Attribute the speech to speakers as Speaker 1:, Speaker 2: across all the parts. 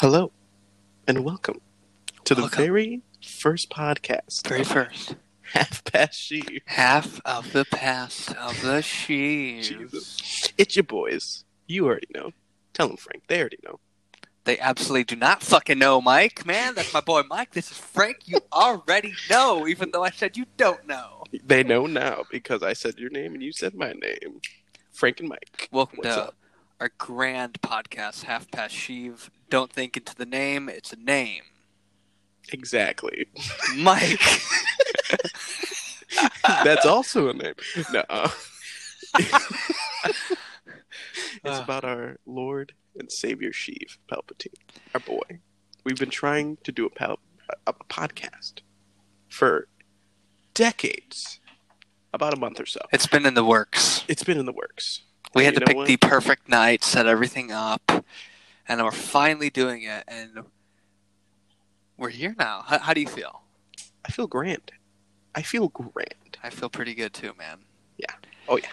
Speaker 1: Hello, and welcome to the
Speaker 2: Welcome.
Speaker 1: very first podcast,
Speaker 2: Very first.
Speaker 1: Half Past She.
Speaker 2: Half of the past of the sheaves.
Speaker 1: Jesus. It's your boys. You already know. Tell them, Frank. They already know.
Speaker 2: They absolutely do not fucking know, Mike. Man, that's my boy Mike. This is Frank. You already know, even though I said you don't know.
Speaker 1: They know now because I said your name and you said my name. Frank and Mike.
Speaker 2: Welcome
Speaker 1: What's
Speaker 2: to
Speaker 1: up?
Speaker 2: our grand podcast, Half Past Sheave. Don't think into the name, it's a name.
Speaker 1: Exactly.
Speaker 2: Mike.
Speaker 1: That's also a name. No. uh, it's
Speaker 2: Uh.
Speaker 1: about our Lord and Savior Sheev Palpatine, our boy. We've been trying to do a, pal- a, a podcast for decades, about a month or so.
Speaker 2: It's been in the works.
Speaker 1: It's been in the works.
Speaker 2: We
Speaker 1: And you
Speaker 2: had to
Speaker 1: know
Speaker 2: pick
Speaker 1: what?
Speaker 2: the perfect night, set everything up, and we're finally doing it. And we're here now. How, how do you feel?
Speaker 1: I feel grand. I feel grand.
Speaker 2: I feel pretty good too, man.
Speaker 1: Yeah. Oh, yeah.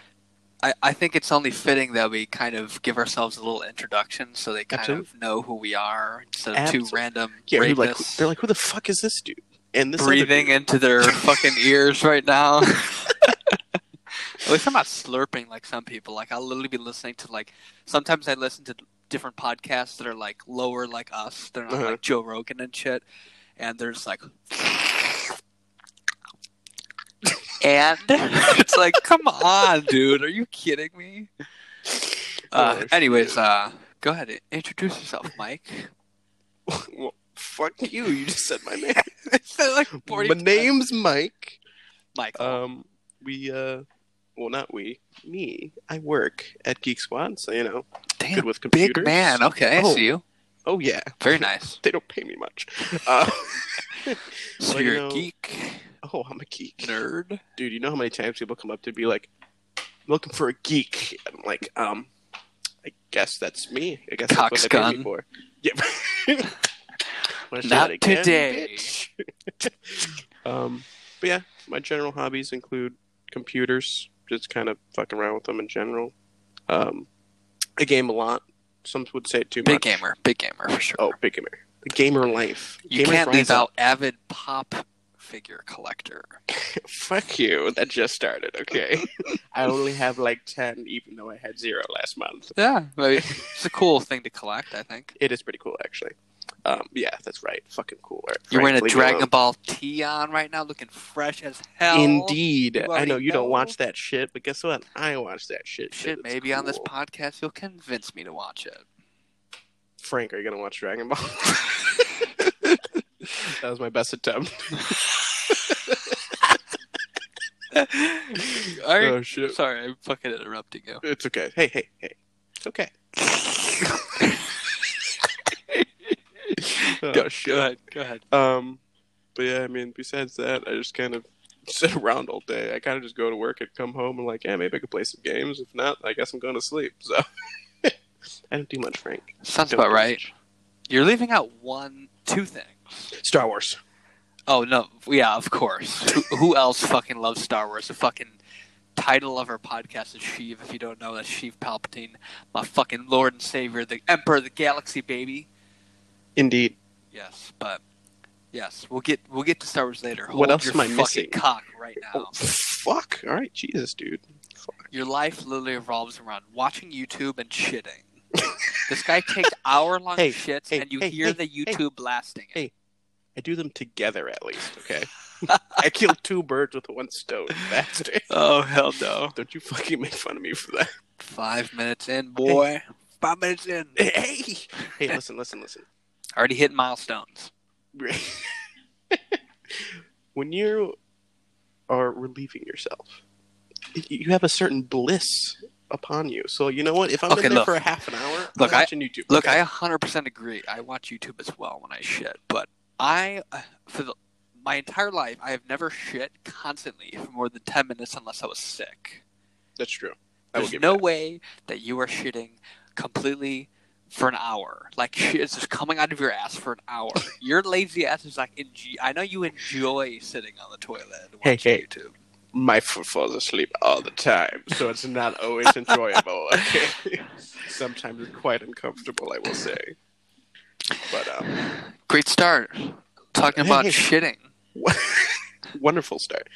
Speaker 2: I, I think it's only fitting that we kind of give ourselves a little introduction so they kind of know who we are instead of
Speaker 1: Absolute-
Speaker 2: two random
Speaker 1: Yeah, they're like,
Speaker 2: rapists
Speaker 1: they're like, who the fuck is this dude? And this other
Speaker 2: breathing
Speaker 1: dude.
Speaker 2: into their fucking ears right now. At least I'm not slurping like some people. Like I'll literally be listening to like sometimes I listen to different podcasts that are like lower like us. They're not
Speaker 1: Uh-huh.
Speaker 2: like Joe Rogan and shit. And they're just like And it's like, come on, dude. Are you kidding me?
Speaker 1: Oh,
Speaker 2: Uh,
Speaker 1: shit.
Speaker 2: anyways, uh, go ahead. and Introduce yourself, Mike.
Speaker 1: well, fuck you. You just said my name.
Speaker 2: It's been, like 40
Speaker 1: my
Speaker 2: times.
Speaker 1: name's Mike.
Speaker 2: Mike.
Speaker 1: Um, we uh, well, not we. Me, I work at Geek Squad, so you know,
Speaker 2: Damn,
Speaker 1: good with computers.
Speaker 2: big man. Okay,
Speaker 1: Oh.
Speaker 2: I see you.
Speaker 1: Oh yeah,
Speaker 2: Very nice.
Speaker 1: they don't pay me much. Uh,
Speaker 2: So
Speaker 1: Well, you
Speaker 2: you're
Speaker 1: know-
Speaker 2: a geek
Speaker 1: oh, I'm a geek,
Speaker 2: nerd.
Speaker 1: dude. You know how many times people come up to be like, "Looking for a geek," and I'm like, um, I guess that's me. I guess that's what they pay me
Speaker 2: Coxgun.
Speaker 1: for. Yeah. Wanna say
Speaker 2: Not
Speaker 1: that again,
Speaker 2: today.
Speaker 1: bitch? um, but yeah, my general hobbies include computers, just kind of fucking around with them in general. Um, I game a lot. Some would say too
Speaker 2: Big
Speaker 1: much.
Speaker 2: gamer. Big gamer for sure.
Speaker 1: Oh, big gamer. The gamer life.
Speaker 2: you
Speaker 1: Gamers
Speaker 2: can't leave
Speaker 1: rise up.
Speaker 2: out avid pop figure collector.
Speaker 1: Fuck you. That just started. Okay. I only have like ten, even though I had zero last month.
Speaker 2: Yeah, it's a cool thing to collect. I think
Speaker 1: It is pretty cool, actually. Um, yeah, that's right. Fucking cool. All right,
Speaker 2: you're
Speaker 1: Frank,
Speaker 2: wearing
Speaker 1: leave
Speaker 2: a
Speaker 1: me
Speaker 2: Dragon
Speaker 1: alone.
Speaker 2: Ball T on right now, looking fresh as hell.
Speaker 1: Indeed.
Speaker 2: You
Speaker 1: I know
Speaker 2: already
Speaker 1: you don't
Speaker 2: know.
Speaker 1: watch that shit, but guess what? I watch that shit.
Speaker 2: Shit,
Speaker 1: It's
Speaker 2: maybe on this
Speaker 1: cool.
Speaker 2: podcast you'll convince me to watch it.
Speaker 1: Frank, are you gonna watch Dragon Ball? that was my best attempt.
Speaker 2: All right.
Speaker 1: Oh shit.
Speaker 2: Sorry, I'm fucking interrupting you.
Speaker 1: It's okay. Hey, hey, hey. It's okay. Oh,
Speaker 2: go, go ahead. Go ahead.
Speaker 1: Um, but yeah, I mean, besides that, I just kind of sit around all day. I kind of just go to work and come home and like, yeah, maybe I could play some games. If not, I guess I'm going to sleep. So I don't do much, Frank.
Speaker 2: Sounds
Speaker 1: Don't
Speaker 2: about
Speaker 1: do
Speaker 2: right. You're leaving out one, two things.
Speaker 1: Star Wars.
Speaker 2: Oh no, yeah, of course. who, who else fucking loves Star Wars? The fucking title of our podcast is Sheev. If you don't know, that's Sheev Palpatine, my fucking Lord and Savior, the Emperor of the Galaxy, baby.
Speaker 1: Indeed.
Speaker 2: Yes, but yes, we'll get we'll get to Star Wars later.
Speaker 1: What
Speaker 2: Hold
Speaker 1: else
Speaker 2: your
Speaker 1: am I
Speaker 2: fucking
Speaker 1: missing?
Speaker 2: Cock right now.
Speaker 1: Oh, fuck. All right, Jesus, dude.
Speaker 2: Your life literally revolves around watching YouTube and shitting. this guy takes hour long
Speaker 1: Hey,
Speaker 2: shits,
Speaker 1: hey,
Speaker 2: and you
Speaker 1: hey,
Speaker 2: hear
Speaker 1: hey,
Speaker 2: the YouTube blasting it.
Speaker 1: Hey. I do them together at least. Okay. I kill two birds with one stone. That's it.
Speaker 2: Oh hell no!
Speaker 1: Don't you fucking make fun of me for that.
Speaker 2: Five minutes in, boy. Five minutes in.
Speaker 1: Hey, hey, listen, listen, listen.
Speaker 2: Already hit milestones.
Speaker 1: when you are relieving yourself, you have a certain bliss upon you. So you know what? If I'm
Speaker 2: Okay,
Speaker 1: in there
Speaker 2: look.
Speaker 1: for a half an hour,
Speaker 2: Look,
Speaker 1: I'm
Speaker 2: I-
Speaker 1: watching YouTube.
Speaker 2: Look,
Speaker 1: okay?
Speaker 2: I 100% agree. I watch YouTube as well when I shit, but I, uh, for the, my entire life, I have never shit constantly for more than 10 minutes unless I was sick.
Speaker 1: that's true. I will
Speaker 2: There's
Speaker 1: give
Speaker 2: no
Speaker 1: you that.
Speaker 2: way that you are shitting completely for an hour. Like, shit is just coming out of your ass for an hour. your lazy ass is like, enjoy, I know you enjoy sitting on the toilet and
Speaker 1: Hey,
Speaker 2: watching
Speaker 1: hey.
Speaker 2: YouTube.
Speaker 1: my foot falls asleep all the time, so it's not always enjoyable. Okay? Sometimes it's quite uncomfortable, I will say. But um,
Speaker 2: Great start. Talking about
Speaker 1: Hey.
Speaker 2: shitting.
Speaker 1: wonderful start.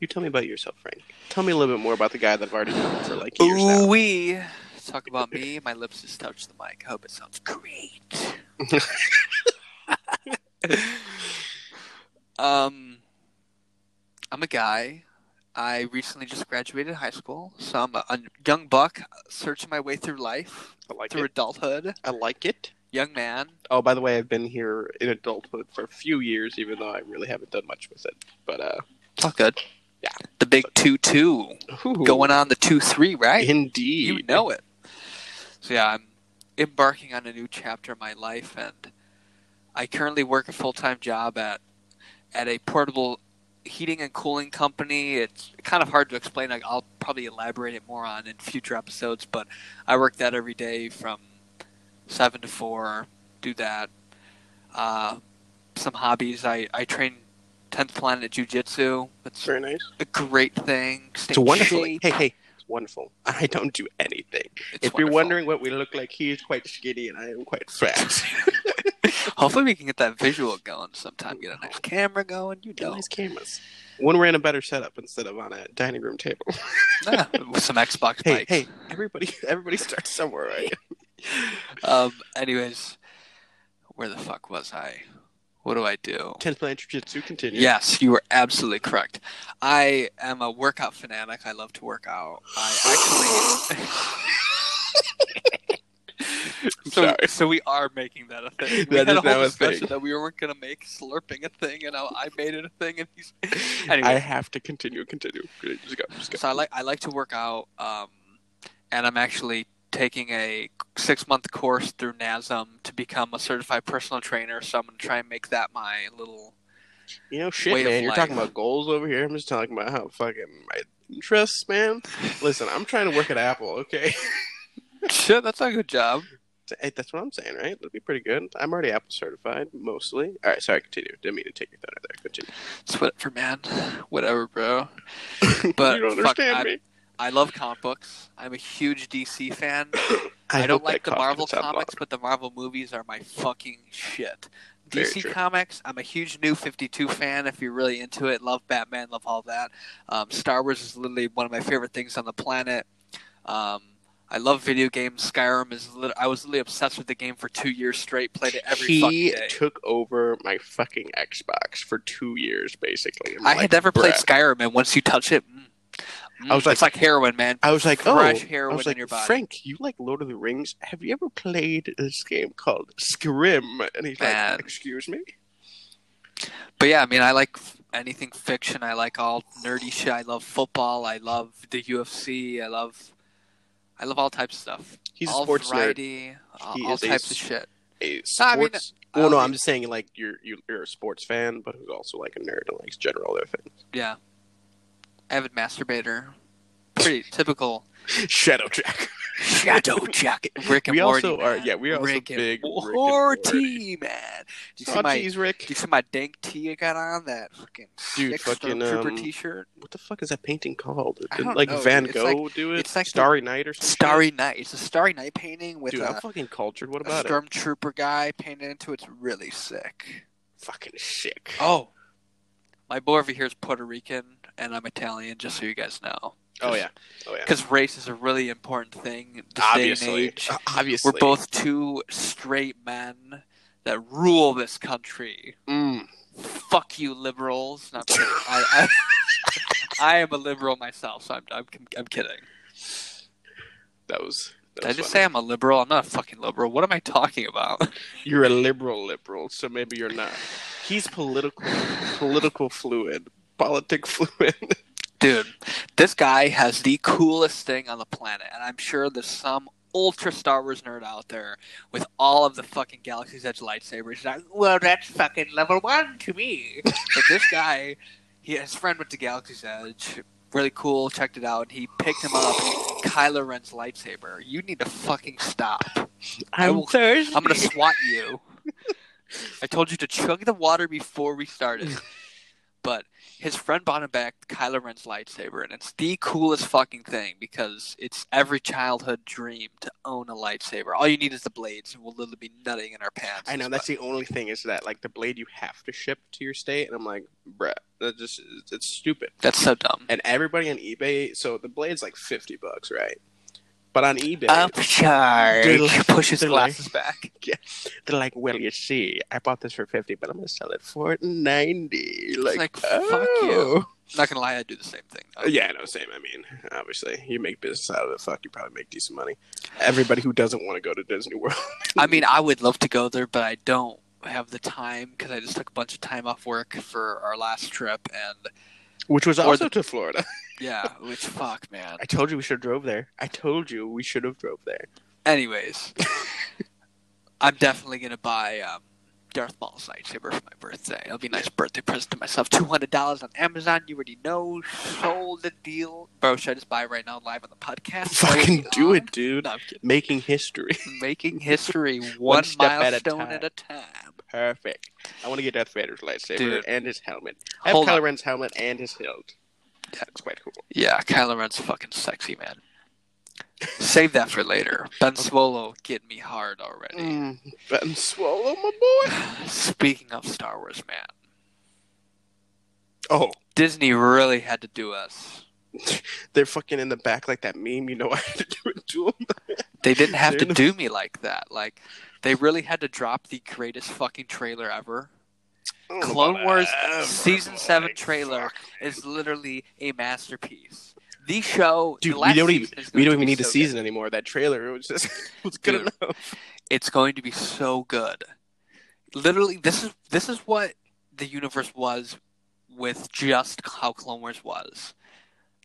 Speaker 1: You tell me about yourself, Frank. Tell me a little bit more about the guy that I've already known for like years
Speaker 2: Ooh wee. Talk about me. My lips just touched the mic. I hope it sounds great. um, I'm a guy. I recently just graduated high school, so I'm a, a young buck searching my way through life,
Speaker 1: now. I like
Speaker 2: through
Speaker 1: it.
Speaker 2: adulthood,
Speaker 1: I like it.
Speaker 2: young man.
Speaker 1: Oh, by the way, I've been here in adulthood for a few years, even though I really haven't done much with it. But uh,
Speaker 2: It's all good.
Speaker 1: Yeah.
Speaker 2: The big two two
Speaker 1: ooh,
Speaker 2: going on the two three right.
Speaker 1: indeed.
Speaker 2: You know it. So yeah, I'm embarking on a new chapter in my life, and I currently work a full time job at at a portable heating and cooling company. It's kind of hard to explain. Like, I'll probably elaborate it more on in future episodes, but I work that every day from seven to four. Do that. Uh, some hobbies. I I train tenth planet jujitsu. It's
Speaker 1: very nice.
Speaker 2: a great thing. Stay
Speaker 1: It's wonderful.
Speaker 2: in shape.
Speaker 1: Hey, hey, it's wonderful. I don't do anything.
Speaker 2: It's
Speaker 1: if you're
Speaker 2: wonderful.
Speaker 1: wondering what we look like, he is quite skinny and I am quite fat.
Speaker 2: Hopefully, we can get that visual going sometime. Get a nice camera going. You
Speaker 1: Get
Speaker 2: know,
Speaker 1: nice cameras. When we're in a better setup instead of on a dining room table.
Speaker 2: Yeah, with some Xbox
Speaker 1: hey,
Speaker 2: mics.
Speaker 1: hey, everybody, everybody starts somewhere, right?
Speaker 2: Um. Anyways, where the fuck was I? What do I do?
Speaker 1: Tenth Planet Jiu-Jitsu, continue.
Speaker 2: Yes, you were absolutely correct. I am a workout fanatic. I love to work out. I actually. so,
Speaker 1: sorry.
Speaker 2: so we are making that a thing. We
Speaker 1: That is
Speaker 2: had a whole
Speaker 1: now a
Speaker 2: discussion
Speaker 1: thing.
Speaker 2: that we weren't going to make slurping a thing, and I, I made it a thing. And he's anyway.
Speaker 1: I have to continue, continue. Just go, just go.
Speaker 2: So I like I like to work out, um, and I'm actually taking a six month course through NASM to become a certified personal trainer. So I'm gonna try and make that my little
Speaker 1: You know, shit,
Speaker 2: way of
Speaker 1: man. You're talking
Speaker 2: life.
Speaker 1: about goals over here. I'm just talking about how fucking my interests, man. Listen, I'm trying to work at Apple, okay?
Speaker 2: shit. That's a good job.
Speaker 1: Hey, that's what I'm saying, right? That'd be pretty good. I'm already Apple certified, mostly. All right, sorry, continue. Didn't mean to take your thunder there. Continue.
Speaker 2: It's whatever, man. Whatever, bro. But
Speaker 1: you don't
Speaker 2: fuck,
Speaker 1: understand
Speaker 2: I,
Speaker 1: me.
Speaker 2: I love comic books. I'm a huge DC fan. I,
Speaker 1: hope
Speaker 2: don't
Speaker 1: that
Speaker 2: like the
Speaker 1: cough
Speaker 2: Marvel
Speaker 1: didn't sound
Speaker 2: comics, but the Marvel movies are my fucking shit.
Speaker 1: Very
Speaker 2: DC
Speaker 1: true.
Speaker 2: comics, I'm a huge New 52 fan. If you're really into it, love Batman, love all that. Um, Star Wars is literally one of my favorite things on the planet. Um, I love video games. Skyrim is. Lit- I was literally obsessed with the game for two years straight. Played it every fucking
Speaker 1: he
Speaker 2: day.
Speaker 1: took over my fucking Xbox for two years, basically. I'm
Speaker 2: I
Speaker 1: like,
Speaker 2: had never played
Speaker 1: bruh.
Speaker 2: Skyrim, and once you touch it, mm,
Speaker 1: I was
Speaker 2: mm, it's like heroin, man.
Speaker 1: I was like,
Speaker 2: fresh
Speaker 1: oh, I
Speaker 2: heroin
Speaker 1: was
Speaker 2: in
Speaker 1: like,
Speaker 2: your body.
Speaker 1: Frank, you like Lord of the Rings? Have you ever played this game called Skyrim? And he's
Speaker 2: Man.
Speaker 1: like, excuse me.
Speaker 2: But yeah, I mean, I like f- anything fiction. I like all nerdy shit. I love football. I love the UFC. I love, I love all types of stuff.
Speaker 1: He's
Speaker 2: all
Speaker 1: a sports nerd.
Speaker 2: variety, all,
Speaker 1: He
Speaker 2: all
Speaker 1: is a
Speaker 2: types of
Speaker 1: s-
Speaker 2: shit.
Speaker 1: A
Speaker 2: No, I mean,
Speaker 1: sports. well,
Speaker 2: I
Speaker 1: no,
Speaker 2: like-
Speaker 1: I'm just saying like you're you- you're a sports fan, but who's also like a nerd and likes general other things.
Speaker 2: Yeah, avid masturbator. Pretty typical.
Speaker 1: Shadow Jack.
Speaker 2: Shadow Jack. Rick and
Speaker 1: we
Speaker 2: Morty.
Speaker 1: also are.
Speaker 2: man.
Speaker 1: Yeah, we are also
Speaker 2: Rick and
Speaker 1: big.
Speaker 2: Morty, man. Do you see
Speaker 1: Oh,
Speaker 2: my?
Speaker 1: jeez,
Speaker 2: Do
Speaker 1: Rick.
Speaker 2: you see my dank tee I got on? That fucking
Speaker 1: Dude,
Speaker 2: sick
Speaker 1: fucking,
Speaker 2: Stormtrooper
Speaker 1: um,
Speaker 2: t-shirt.
Speaker 1: What the fuck is that painting called?
Speaker 2: I
Speaker 1: Did,
Speaker 2: don't
Speaker 1: like
Speaker 2: know,
Speaker 1: Van
Speaker 2: dude. It's
Speaker 1: Gogh do it?
Speaker 2: it's like the-
Speaker 1: Starry Night or something.
Speaker 2: Starry Night. It's a Starry Night painting with
Speaker 1: Dude,
Speaker 2: a,
Speaker 1: I'm fucking cultured. What
Speaker 2: a
Speaker 1: about it?
Speaker 2: stormtrooper guy painted into it. It's really sick.
Speaker 1: Fucking sick.
Speaker 2: Oh, my boy over here is Puerto Rican, and I'm Italian. Just so you guys know.
Speaker 1: Oh yeah. Oh yeah.
Speaker 2: Because race is a really important thing. in This Day and
Speaker 1: Obviously. Uh,
Speaker 2: age.
Speaker 1: Obviously.
Speaker 2: We're both two straight men that rule this country.
Speaker 1: Mm.
Speaker 2: Fuck you, liberals. Not kidding. I, I, I am a liberal myself, so I'm, I'm, I'm kidding.
Speaker 1: That was. That
Speaker 2: Did I
Speaker 1: was
Speaker 2: just
Speaker 1: funny.
Speaker 2: say I'm a liberal? I'm not a fucking liberal. What am I talking about?
Speaker 1: you're a liberal liberal, so maybe you're not. He's political, political fluid, politic fluid.
Speaker 2: Dude, this guy has the coolest thing on the planet, and I'm sure there's some ultra Star Wars nerd out there with all of the fucking Galaxy's Edge lightsabers. He's like, well, that's fucking level one to me. but this guy, he, his friend went to Galaxy's Edge, really cool, checked it out, and he picked him up Kylo Ren's lightsaber. You need to fucking stop. I'm will-
Speaker 1: thirsty.
Speaker 2: I'm gonna swat you. I told you to chug the water before we started. but his friend bought him back Kylo Ren's lightsaber, and it's the coolest fucking thing because it's every childhood dream to own a lightsaber. All you need is the blades, and we'll literally be nutting in our pants.
Speaker 1: I know that's the only thing is that like the blade you have to ship to your state, and I'm like, bruh, that just it's stupid.
Speaker 2: that's so dumb.
Speaker 1: And everybody on eBay, so the blade's like fifty bucks, right? But on eBay,
Speaker 2: Um, Upcharge pushes
Speaker 1: Diddle-
Speaker 2: glasses back.
Speaker 1: they're like, well, you see, I bought this for fifty, but I'm gonna sell it for ninety. Like,
Speaker 2: like, fuck
Speaker 1: oh.
Speaker 2: Not gonna lie, I do the same thing. Though.
Speaker 1: Uh, Yeah, no, same. I mean, obviously, you make business out of it. Fuck, you probably make decent money. Everybody who doesn't want to go to Disney World,
Speaker 2: I mean, I would love to go there, but I don't have the time because I just took a bunch of time off work for our last trip, and
Speaker 1: which was
Speaker 2: Or
Speaker 1: also
Speaker 2: the-
Speaker 1: to Florida.
Speaker 2: yeah, which fuck, man.
Speaker 1: I told you we should have drove there. I told you we should have drove there.
Speaker 2: Anyways, I'm definitely gonna buy um, Darth Maul's lightsaber for my birthday. It'll be a nice birthday present to myself. Two hundred dollars on Amazon. You already know, sold the deal, bro. Should I just buy it right now, live on the podcast?
Speaker 1: Fucking do
Speaker 2: Um,
Speaker 1: it, dude.
Speaker 2: No, I'm kidding.
Speaker 1: Making history.
Speaker 2: Making history one,
Speaker 1: step at a
Speaker 2: milestone
Speaker 1: time.
Speaker 2: at a time.
Speaker 1: Perfect. I want to get Darth Vader's lightsaber
Speaker 2: Dude.
Speaker 1: and his helmet. I have
Speaker 2: Hold
Speaker 1: Kylo
Speaker 2: on.
Speaker 1: Ren's helmet and his hilt. That's quite cool.
Speaker 2: Yeah, Kylo Ren's fucking sexy, man. Save that for later. Ben Swallow getting me hard already.
Speaker 1: Mm, Ben Swallow, my boy.
Speaker 2: Speaking of Star Wars, man,
Speaker 1: Oh,
Speaker 2: Disney really had to do us.
Speaker 1: they're fucking in the back like that meme. You know, I had to do it to 'em.
Speaker 2: They didn't have to
Speaker 1: Dude.
Speaker 2: do me like that. Like, they really had to drop the greatest fucking trailer ever.
Speaker 1: I don't know
Speaker 2: Clone
Speaker 1: about
Speaker 2: Wars
Speaker 1: ever,
Speaker 2: Season
Speaker 1: Oh, boy.
Speaker 2: 7 trailer is literally a masterpiece. The show,
Speaker 1: Dude,
Speaker 2: the
Speaker 1: we
Speaker 2: last
Speaker 1: don't even
Speaker 2: season
Speaker 1: we
Speaker 2: is going
Speaker 1: don't
Speaker 2: to
Speaker 1: even
Speaker 2: be
Speaker 1: need the
Speaker 2: so good.
Speaker 1: season anymore. That trailer it was just it was good
Speaker 2: Dude.
Speaker 1: enough.
Speaker 2: it's going to be so good. Literally, this is this is what the universe was with just how Clone Wars was.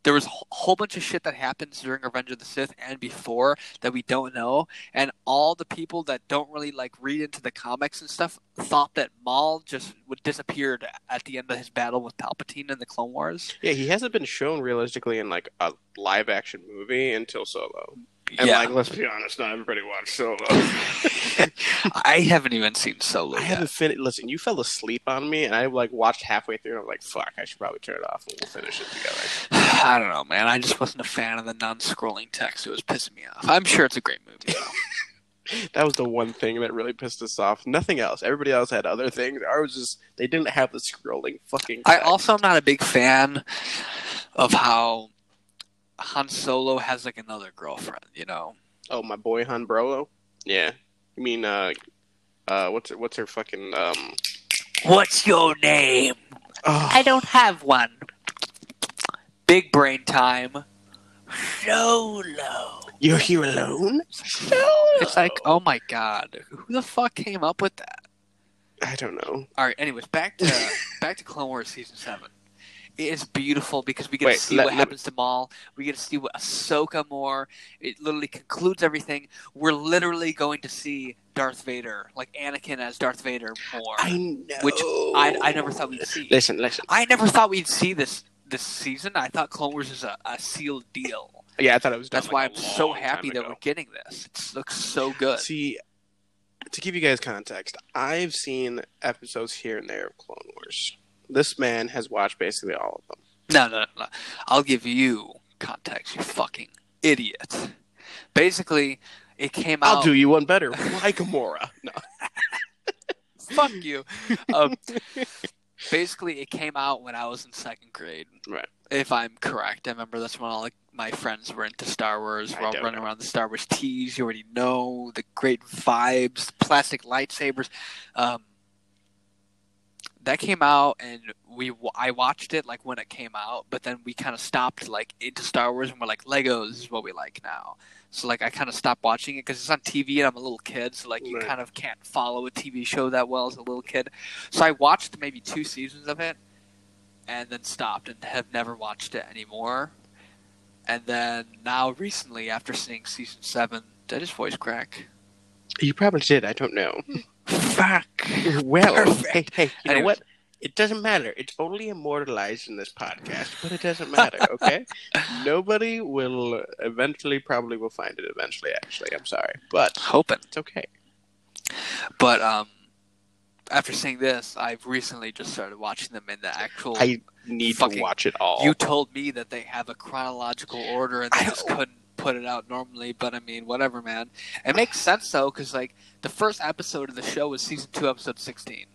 Speaker 2: There was a wh- whole bunch of shit that happens during Revenge of the Sith and before that we don't know, and all the people that don't really like read into the comics and stuff thought that Maul just would disappeared at the end of his battle with Palpatine in the Clone Wars.
Speaker 1: Yeah, he hasn't been shown realistically in like a live action movie until Solo. And
Speaker 2: yeah,
Speaker 1: like, let's be honest, not everybody watched Solo.
Speaker 2: I haven't even seen Solo.
Speaker 1: I
Speaker 2: yet.
Speaker 1: haven't finished. Listen, you fell asleep on me, and I like watched halfway through, and I'm like, fuck, I should probably turn it off, and we'll finish it together.
Speaker 2: I don't know, man. I just wasn't a fan of the non-scrolling text. It was pissing me off. I'm sure it's a great movie. Though.
Speaker 1: That was the one thing that really pissed us off. Nothing else. Everybody else had other things. Ours was just they didn't have the scrolling fucking.
Speaker 2: I
Speaker 1: text.
Speaker 2: also am not a big fan of how Han Solo has like another girlfriend. You know,
Speaker 1: Oh, my boy Han Brolo. Yeah. You mean uh, uh, what's her, what's her fucking um?
Speaker 2: what's your name?
Speaker 1: Oh,
Speaker 2: I don't have one. Big brain time. Solo.
Speaker 1: you're here alone.
Speaker 2: It's like, oh my god, who the fuck came up with that?
Speaker 1: I don't know.
Speaker 2: All right. Anyways, back to back to Clone Wars season seven. It is beautiful because we get
Speaker 1: Wait,
Speaker 2: to see
Speaker 1: let-
Speaker 2: what
Speaker 1: let me-
Speaker 2: happens to Maul. We get to see what Ahsoka more. It literally concludes everything. We're literally going to see Darth Vader, like Anakin as Darth Vader more,
Speaker 1: I know.
Speaker 2: which I, I never thought we'd see.
Speaker 1: Listen, listen.
Speaker 2: I never thought we'd see this this season. I thought Clone Wars is a, a sealed deal.
Speaker 1: Yeah, I thought it was. Done
Speaker 2: That's
Speaker 1: like,
Speaker 2: why
Speaker 1: a
Speaker 2: I'm so
Speaker 1: long
Speaker 2: happy
Speaker 1: time
Speaker 2: that
Speaker 1: ago.
Speaker 2: we're getting this. It looks so good.
Speaker 1: See, to give you guys context, I've seen episodes here and there of Clone Wars. This man has watched basically all of them.
Speaker 2: No, no, no, no. I'll give you context, you fucking idiot. Basically, it came out.
Speaker 1: I'll do you one better. Why Gamora? No.
Speaker 2: Fuck you. um, basically, it came out when I was in second grade.
Speaker 1: Right.
Speaker 2: If I'm correct, I remember that's when all like, my friends were into Star Wars.
Speaker 1: I
Speaker 2: We're all
Speaker 1: don't
Speaker 2: running
Speaker 1: know.
Speaker 2: around the Star Wars tees. You already know the great vibes, the plastic lightsabers. Um, that came out, and we wa- I watched it like when it came out, but then we kind of stopped like into Star Wars, and we're like Legos is what we like now. So like I kind of stopped watching it because it's on TV, and I'm a little kid, so like you
Speaker 1: Right.
Speaker 2: kind of can't follow a TV show that well as a little kid. So I watched maybe two seasons of it, and then stopped and have never watched it anymore. And then now recently, after seeing season seven, did his voice crack?
Speaker 1: You probably did. I don't know.
Speaker 2: Fuck.
Speaker 1: Well, hey,
Speaker 2: Perfect.
Speaker 1: hey, you know
Speaker 2: Anyways.
Speaker 1: what? It doesn't matter. It's only immortalized in this podcast, but it doesn't matter. Okay, nobody will eventually, probably will find it eventually. Actually, I'm sorry, but
Speaker 2: Hoping.
Speaker 1: it's okay.
Speaker 2: But um, after seeing this, I've recently just started watching them in the actual.
Speaker 1: I need to
Speaker 2: Fucking-
Speaker 1: watch it all.
Speaker 2: you told me that they have a chronological order and
Speaker 1: I
Speaker 2: they just couldn't put it out normally, but I mean, whatever, man. It makes sense though, because like the first episode of the show was season two, episode sixteen,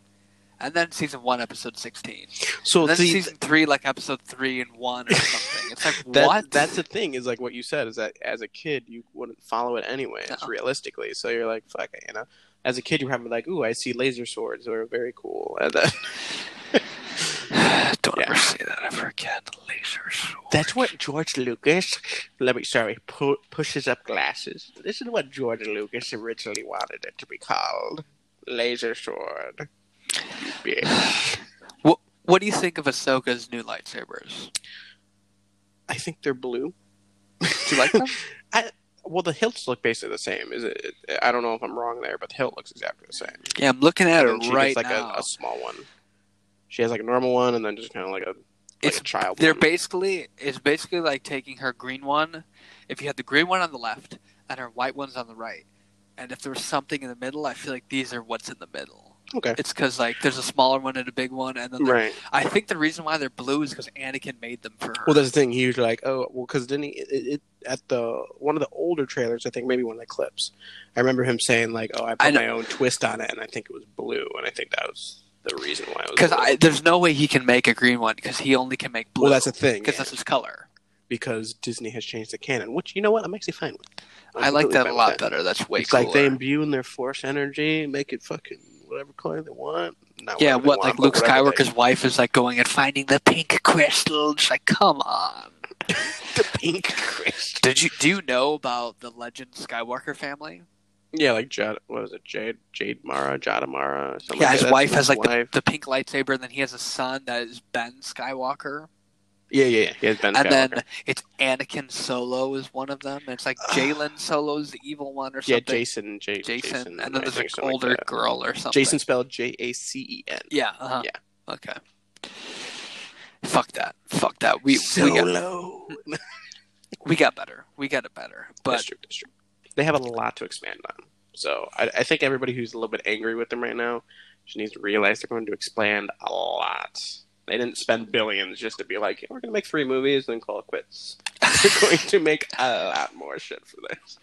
Speaker 2: and then season one, episode sixteen,
Speaker 1: so
Speaker 2: and then
Speaker 1: see,
Speaker 2: season three, like episode three and one or something. It's like
Speaker 1: that,
Speaker 2: what?
Speaker 1: That's the thing is like what you said is that as a kid you wouldn't follow it anyway.
Speaker 2: No.
Speaker 1: realistically. So you're like, fuck, it, you know. As a kid, you're probably like, "Ooh, I see laser swords. They're very cool." And uh, then,
Speaker 2: Don't
Speaker 1: Yeah.
Speaker 2: ever say that ever again. Laser sword.
Speaker 1: that's what George Lucas. Let me sorry pu- pushes up glasses. This is what George Lucas originally wanted it to be called: laser sword. Yeah.
Speaker 2: What What do you think of Ahsoka's new lightsabers?
Speaker 1: I think they're blue.
Speaker 2: Do you like them?
Speaker 1: Well, the hilts look basically the same. Is it? I don't know if I'm wrong there, but the hilt looks exactly the same.
Speaker 2: yeah, I'm looking at
Speaker 1: And
Speaker 2: it
Speaker 1: she
Speaker 2: Oh, right
Speaker 1: gets like
Speaker 2: now.
Speaker 1: A, a small one. She has like a normal one, and then just kind of like a like
Speaker 2: It's-
Speaker 1: a child.
Speaker 2: They're
Speaker 1: one.
Speaker 2: basically it's basically like taking her green one. If you had the green one on the left and her white one's on the right, and if there was something in the middle, I feel like these are what's in the middle.
Speaker 1: okay,
Speaker 2: It's because like there's a smaller one and a big one, and then there-
Speaker 1: right?
Speaker 2: I think the reason why they're blue is because Anakin made them for her.
Speaker 1: Well, that's the thing. He was like, oh, well, because didn't he? It, it, at the one of the older trailers, I think maybe one of the clips. I remember him saying like, oh, I put
Speaker 2: I know.
Speaker 1: my own twist on it, and I think it was blue, and I think that was the reason why it was
Speaker 2: because
Speaker 1: blue.
Speaker 2: there's no way he can make a green one because he only can make blue.
Speaker 1: Well, that's the thing.
Speaker 2: because
Speaker 1: yeah,
Speaker 2: that's his color.
Speaker 1: because Disney has changed the canon, which you know what I'm actually fine with. I'm
Speaker 2: I like
Speaker 1: completely
Speaker 2: that
Speaker 1: fine
Speaker 2: a
Speaker 1: with
Speaker 2: lot
Speaker 1: that.
Speaker 2: better. That's way
Speaker 1: it's
Speaker 2: cooler.
Speaker 1: like they imbue in their force energy, make it fucking whatever color they want. Not
Speaker 2: yeah,
Speaker 1: whatever they
Speaker 2: what
Speaker 1: want,
Speaker 2: like
Speaker 1: but
Speaker 2: Luke
Speaker 1: whatever
Speaker 2: Skywalker's wife is like going and finding the pink crystal. It's like, come on.
Speaker 1: they- the pink crystal.
Speaker 2: Did you do you know about the legend Skywalker family?
Speaker 1: Yeah, like Jada, what was it? Jade, Jade Mara, Jada Mara. Something
Speaker 2: yeah,
Speaker 1: like
Speaker 2: his
Speaker 1: that.
Speaker 2: wife has like the,
Speaker 1: wife.
Speaker 2: the pink lightsaber, and then he has a son that is Ben Skywalker,
Speaker 1: yeah, yeah, yeah. He has Ben
Speaker 2: and
Speaker 1: Skywalker.
Speaker 2: then it's Anakin Solo is one of them. and it's like Jalen Solo is the evil one or
Speaker 1: yeah,
Speaker 2: something.
Speaker 1: Jason, J-
Speaker 2: Jason,
Speaker 1: I
Speaker 2: and then there's an
Speaker 1: think, something like
Speaker 2: older
Speaker 1: that.
Speaker 2: girl or something.
Speaker 1: Jason spelled J A C E N.
Speaker 2: Yeah. Uh-huh.
Speaker 1: Yeah.
Speaker 2: Okay. Fuck that. Fuck that. We we got,
Speaker 1: Solo.
Speaker 2: we got better. We got it better. But
Speaker 1: that's true, that's true. They have a lot to expand on. So I, I think everybody who's a little bit angry with them right now just needs to realize they're going to expand a lot. They didn't spend billions just to be like, "Yeah, we're going to make three movies and then call it quits. They're going to make a lot more shit for this.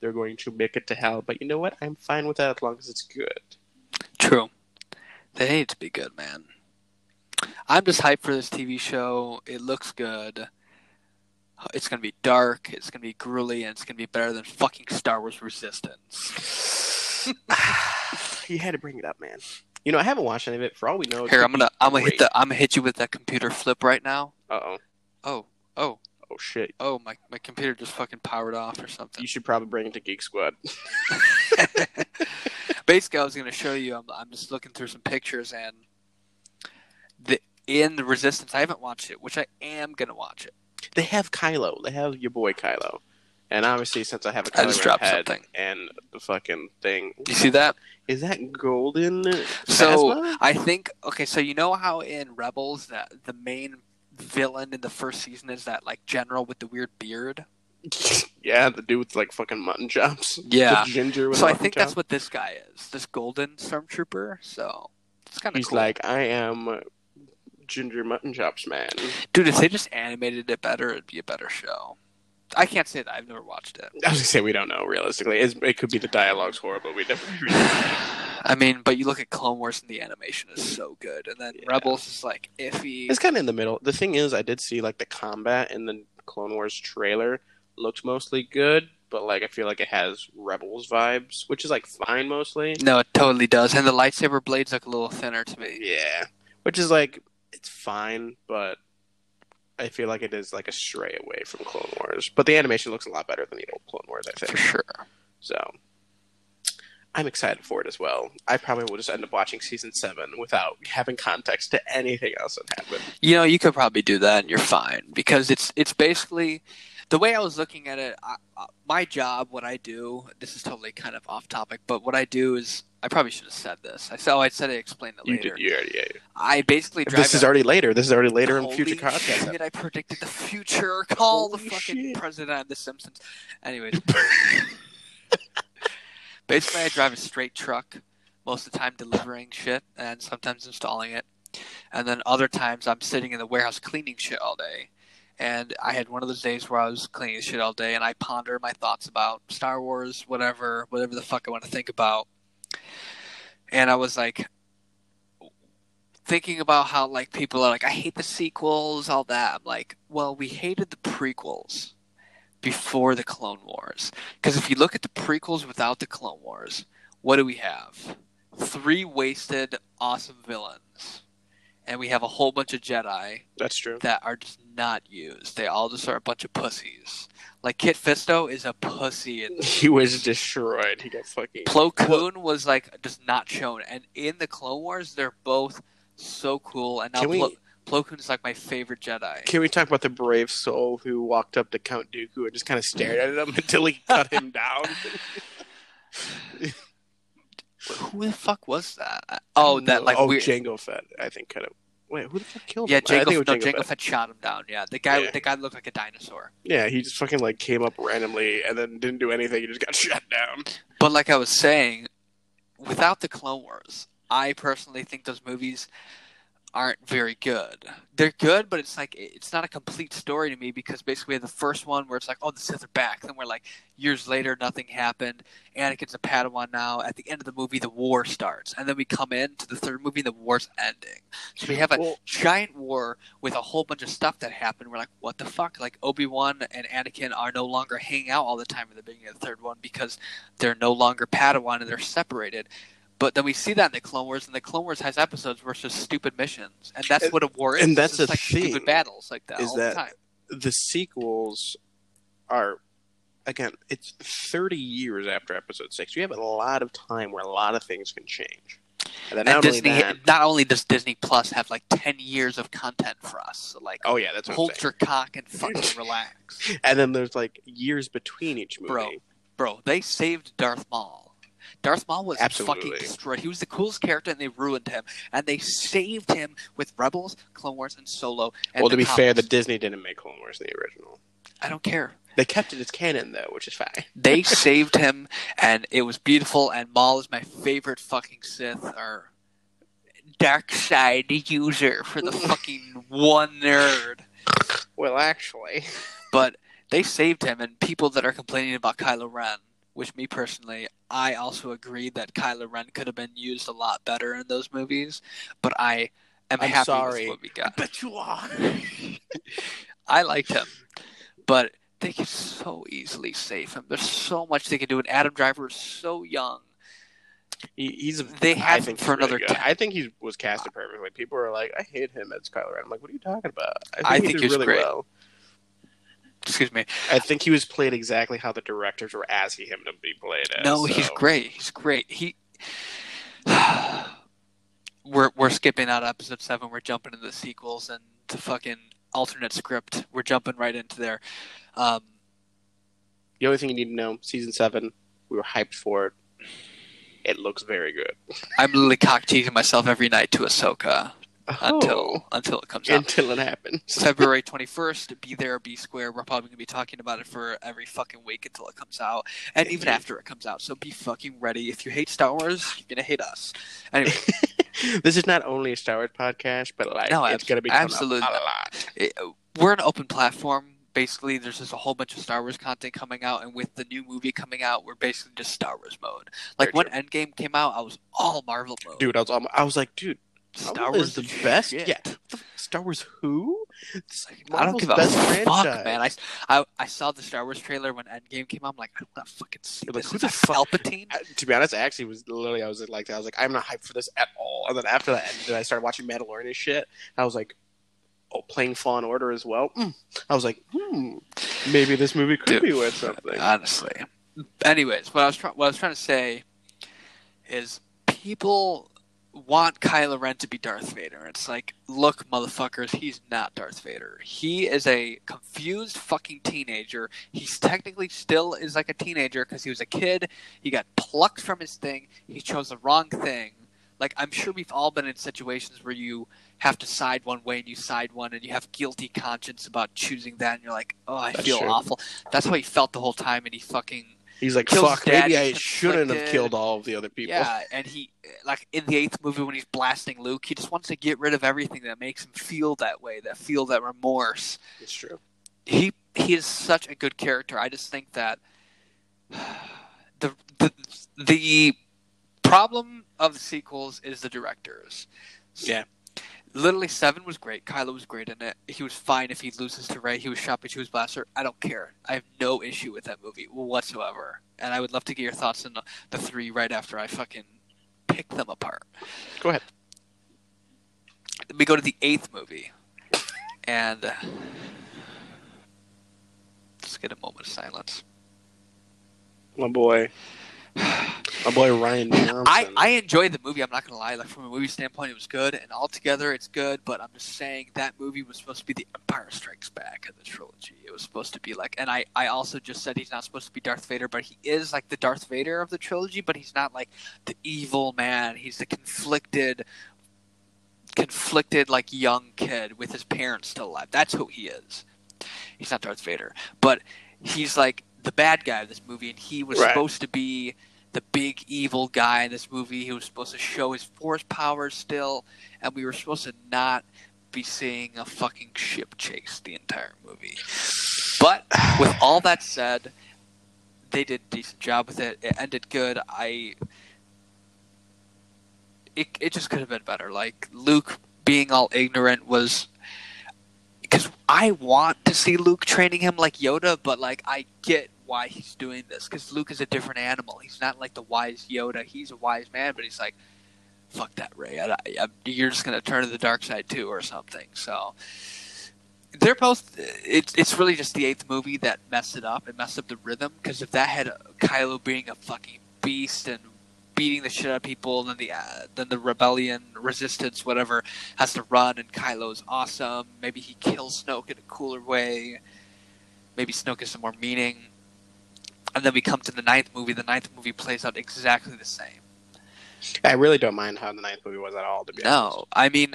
Speaker 1: They're going to make it to hell. But you know what? I'm fine with that as long as it's good.
Speaker 2: True. They need to be good, man. I'm just hyped for this TV show. It looks good. It's gonna be dark. It's gonna be gruely, and it's gonna be better than fucking Star Wars Resistance.
Speaker 1: you had to bring it up, man. You know, I haven't watched any of it. For all we know,
Speaker 2: Here, I'm gonna, I'm gonna hit
Speaker 1: great.
Speaker 2: the, I'm gonna hit you with that computer flip right now.
Speaker 1: Uh oh.
Speaker 2: Oh, oh,
Speaker 1: Oh shit.
Speaker 2: oh, my, my computer just fucking powered off or something.
Speaker 1: You should probably bring it to Geek Squad.
Speaker 2: basically, I was going to show you. I'm, I'm just looking through some pictures, and the in the Resistance, I haven't watched it, which I am going to watch it.
Speaker 1: They have Kylo. They have your boy Kylo. And obviously, since I have a
Speaker 2: I
Speaker 1: Kylo
Speaker 2: just
Speaker 1: Ren
Speaker 2: dropped
Speaker 1: head
Speaker 2: something.
Speaker 1: and the fucking thing,
Speaker 2: You see that?
Speaker 1: is that golden?
Speaker 2: So
Speaker 1: Phasma?
Speaker 2: I think okay. So you know how in Rebels that the main villain in the first season is that like general with the weird beard.
Speaker 1: yeah, the dude with like fucking mutton chops.
Speaker 2: Yeah.
Speaker 1: the ginger. With
Speaker 2: So I
Speaker 1: mutton
Speaker 2: think that's
Speaker 1: chops.
Speaker 2: what this guy is. This golden stormtrooper. So it's kind of
Speaker 1: he's
Speaker 2: cool.
Speaker 1: like. I am ginger mutton chops man.
Speaker 2: Dude, if they just animated it better, it'd be a better show. I can't say that. I've never watched it.
Speaker 1: I was gonna say we don't know realistically. It's, it could be the dialogue's horrible. We never.
Speaker 2: I mean, but you look at Clone Wars and the animation is so good, and then
Speaker 1: Yeah.
Speaker 2: Rebels is like iffy.
Speaker 1: It's kind of in the middle. The thing is, I did see like the combat in the Clone Wars trailer looked mostly good, but like I feel like it has Rebels vibes, which is like fine mostly.
Speaker 2: No, it totally does, and the lightsaber blades look a little thinner to me.
Speaker 1: Yeah, which is like it's fine, but I feel like it is like a stray away from Clone Wars. But the animation looks a lot better than the old Clone Wars, I
Speaker 2: For
Speaker 1: think.
Speaker 2: sure.
Speaker 1: So I'm excited for it as well. I probably will just end up watching season seven without having context to anything else that happened.
Speaker 2: You know, you could probably do that, and you're fine because it's it's basically the way I was looking at it. I, I, my job, what I do, this is totally kind of off topic, but what I do is I probably should have said this. I said, oh, I said I explained it
Speaker 1: You
Speaker 2: later.
Speaker 1: did, you already, yeah, yeah.
Speaker 2: I basically
Speaker 1: If
Speaker 2: drive
Speaker 1: This is already later. This is already later in
Speaker 2: Holy
Speaker 1: future podcasts.
Speaker 2: Shit, I predicted the future. Call
Speaker 1: Holy
Speaker 2: the fucking
Speaker 1: shit.
Speaker 2: president of The Simpsons. Anyways, basically, I drive a straight truck. most of the time delivering shit and sometimes installing it. And then other times I'm sitting in the warehouse cleaning shit all day. And I had one of those days where I was cleaning shit all day and I ponder my thoughts about Star Wars, whatever, whatever the fuck I want to think about. And I was like, thinking about how like people are like i hate the sequels all that i'm like well we hated the prequels before the clone wars because if you look at the prequels without the clone wars what do we have three wasted awesome villains and we have a whole bunch of jedi
Speaker 1: That's true.
Speaker 2: that are just not used they all just are a bunch of pussies like kit fisto is a pussy in
Speaker 1: He was destroyed. He got fucking.
Speaker 2: Plo Koon was like just not shown, and in the Clone Wars, they're both so cool. And now
Speaker 1: Can we-
Speaker 2: Plo, Plo Koon is like my favorite Jedi.
Speaker 1: Can we talk about the brave soul who walked up to Count Dooku and just kind of stared at him until he cut him down?
Speaker 2: Who the fuck was that? Oh, that like
Speaker 1: oh
Speaker 2: weird.
Speaker 1: Jango Fett, I think cut him. Wait, who the fuck killed
Speaker 2: yeah,
Speaker 1: him? I
Speaker 2: Jango,
Speaker 1: think it
Speaker 2: no,
Speaker 1: was
Speaker 2: Jango,
Speaker 1: Fett.
Speaker 2: Fett. shot him down. Yeah, the guy,
Speaker 1: Yeah.
Speaker 2: the guy looked like a dinosaur.
Speaker 1: Yeah, he just fucking like came up randomly and then didn't do anything. He just got shut down.
Speaker 2: But like I was saying, without the Clone Wars, I personally think those movies aren't very good. They're good, but it's like it's not a complete story to me because basically we have the first one where it's like, oh, the Sith are back. Then we're like, years later, nothing happened. Anakin's a Padawan now. At the end of the movie, the war starts, and then we come into the third movie, and the war's ending. So we have a
Speaker 1: Well-
Speaker 2: giant war with a whole bunch of stuff that happened. We're like, what the fuck? Like Obi Wan and Anakin are no longer hanging out all the time at the beginning of the third one because they're no longer Padawan and they're separated. But then we see that in the Clone Wars, and the Clone Wars has episodes where it's just stupid missions, and that's
Speaker 1: And-
Speaker 2: what a war is.
Speaker 1: and
Speaker 2: It's
Speaker 1: that's
Speaker 2: just
Speaker 1: the
Speaker 2: like
Speaker 1: thing,
Speaker 2: stupid battles like that
Speaker 1: is
Speaker 2: all
Speaker 1: that-
Speaker 2: the time.
Speaker 1: The sequels are again, it's thirty years after episode six. You have a lot of time where a lot of things can change. And then
Speaker 2: And
Speaker 1: not only
Speaker 2: Disney,
Speaker 1: that-
Speaker 2: not only does Disney Plus have like ten years of content for us, so, like
Speaker 1: oh yeah, that's what I'm
Speaker 2: hold
Speaker 1: saying.
Speaker 2: your cock and fucking relax,
Speaker 1: And then there's like years between each movie.
Speaker 2: Bro. bro. They saved Darth Maul. Darth Maul was
Speaker 1: Absolutely.
Speaker 2: fucking destroyed. He was the coolest character, and they ruined him. And they saved him with Rebels, Clone Wars, and Solo. And
Speaker 1: well, to
Speaker 2: the
Speaker 1: be fair, the
Speaker 2: comics.
Speaker 1: Disney didn't make Clone Wars the original.
Speaker 2: I don't care.
Speaker 1: They kept it as canon though, which is fine.
Speaker 2: they saved him, and it was beautiful. And Maul is my favorite fucking Sith or dark side user for the fucking one nerd.
Speaker 1: Well, actually,
Speaker 2: But they saved him, and people that are complaining about Kylo Ren, which me personally, I also agree that Kylo Ren could have been used a lot better in those movies. But I am
Speaker 1: I'm
Speaker 2: happy
Speaker 1: sorry.
Speaker 2: with what we got.
Speaker 1: but you are.
Speaker 2: I liked him, but they could so easily save him. There's so much they could do, and Adam Driver is so young.
Speaker 1: He, he's a,
Speaker 2: They
Speaker 1: I
Speaker 2: had him
Speaker 1: think
Speaker 2: for
Speaker 1: he's really
Speaker 2: another
Speaker 1: good.
Speaker 2: ten.
Speaker 1: I think he was casted perfectly. People are like, I hate him as Kylo Ren. I'm like, what are you talking about?
Speaker 2: I
Speaker 1: he
Speaker 2: think
Speaker 1: did
Speaker 2: he was great.
Speaker 1: well.
Speaker 2: Excuse me.
Speaker 1: I think he was played exactly how the directors were asking him to be played. As,
Speaker 2: no, he's
Speaker 1: so-
Speaker 2: great. He's great. He. we're we're skipping out of episode seven. We're jumping into the sequels and the fucking alternate script. We're jumping right into there. Um,
Speaker 1: The only thing you need to know: season seven, we were hyped for it. It looks very good
Speaker 2: I'm literally cock teasing myself every night to Ahsoka until until it comes
Speaker 1: Oh,
Speaker 2: out.
Speaker 1: until it happens.
Speaker 2: February 21st, be there, be square. We're probably going to be talking about it for every fucking week until it comes out, and even
Speaker 1: Indeed.
Speaker 2: after it comes out. So be fucking ready. If you hate Star Wars, you're going to hate us. Anyway,
Speaker 1: this is not only a Star Wars podcast, but like
Speaker 2: No,
Speaker 1: it's
Speaker 2: abs-
Speaker 1: going to be coming up
Speaker 2: absolutely
Speaker 1: a
Speaker 2: not.
Speaker 1: lot.
Speaker 2: it, we're an open platform. Basically, there's just a whole bunch of Star Wars content coming out, and with the new movie coming out, we're basically just Star Wars mode. Like
Speaker 1: Very
Speaker 2: when Endgame came out, I was all Marvel mode.
Speaker 1: Dude, I was, almo- I was like, dude,
Speaker 2: Star
Speaker 1: Marvel
Speaker 2: Wars
Speaker 1: is the best.
Speaker 2: shit.
Speaker 1: Yeah, Star Wars who? It's like
Speaker 2: I don't
Speaker 1: Marvel's
Speaker 2: give a
Speaker 1: best
Speaker 2: fuck,
Speaker 1: franchise.
Speaker 2: man. I, I, I saw the Star Wars trailer when Endgame came out. I'm like, I don't want to fucking see
Speaker 1: You're like,
Speaker 2: this.
Speaker 1: who
Speaker 2: Is
Speaker 1: the
Speaker 2: that
Speaker 1: fuck-
Speaker 2: Palpatine?
Speaker 1: I- to be honest, I actually was literally I was like that. I was like, I'm not hyped for this at all. And then after that, and then I started watching Mandalorian and shit. I was like, oh, playing Fallen Order as well. Mm. I was like, hmm, maybe this movie could
Speaker 2: Dude, uh,
Speaker 1: be worth something.
Speaker 2: Honestly. Anyways, what I was try- what I was trying to say is people want Kylo Ren to be Darth Vader. It's like, look, motherfuckers, he's not Darth Vader. He is a confused fucking teenager. He's technically still is like a teenager because he was a kid. He got plucked from his thing. He chose the wrong thing. Like I'm sure we've all been in situations where you have to side one way and you side one and you have guilty conscience about choosing that and you're like, oh, I
Speaker 1: That's
Speaker 2: feel
Speaker 1: true.
Speaker 2: awful. That's how he felt the whole time, and he fucking
Speaker 1: He's like,
Speaker 2: Kills
Speaker 1: fuck,
Speaker 2: his dad,
Speaker 1: maybe I
Speaker 2: he's
Speaker 1: shouldn't have
Speaker 2: conflicted.
Speaker 1: killed all of the other people.
Speaker 2: Yeah, and he like in the eighth movie when he's blasting Luke, he just wants to get rid of everything that makes him feel that way, that feel that remorse.
Speaker 1: It's true.
Speaker 2: he he is such a good character. I just think that the the the problem of the sequels is the directors.
Speaker 1: Yeah.
Speaker 2: Literally, Seven was great. Kylo was great in it. He was fine if he loses to Ray. He was shot by Chew's blaster. I don't care. I have no issue with that movie whatsoever. And I would love to get your thoughts on the, the three right after I fucking pick them apart.
Speaker 1: Go ahead.
Speaker 2: We go to the eighth movie, and uh, let's get a moment of silence.
Speaker 1: My boy. My boy Ryan Johnson.
Speaker 2: I, I enjoyed the movie. I'm not gonna lie. Like from a movie standpoint, it was good, and altogether, it's good. But I'm just saying that movie was supposed to be the Empire Strikes Back of the trilogy. It was supposed to be like, and I I also just said he's not supposed to be Darth Vader, but he is like the Darth Vader of the trilogy. But he's not like the evil man. He's the conflicted, conflicted like young kid with his parents still alive. That's who he is. He's not Darth Vader, but he's like the bad guy of this movie, and he was
Speaker 1: Right.
Speaker 2: supposed to be the big evil guy in this movie. He was supposed to show his force powers still, and we were supposed to not be seeing a fucking ship chase the entire movie. But with all that said, they did a decent job with it. It ended good. I it it just could have been better. Like Luke being all ignorant was because I want to see Luke training him like Yoda, but like I get why he's doing this because Luke is a different animal. He's not like the wise Yoda. He's a wise man, but he's like, fuck that Ray. I, I, you're just gonna turn to the dark side too, or something. So they're both. It's it's really just the eighth movie that messed it up. It messed up the rhythm because if that had Kylo being a fucking beast and beating the shit out of people, and then the uh, then the rebellion, resistance, whatever, has to run, and Kylo's awesome. Maybe he kills Snoke in a cooler way. Maybe Snoke has some more meaning. And then we come to the ninth movie. The ninth movie plays out exactly the same.
Speaker 1: I really don't mind how the ninth movie was at all, to be honest.
Speaker 2: No, I mean,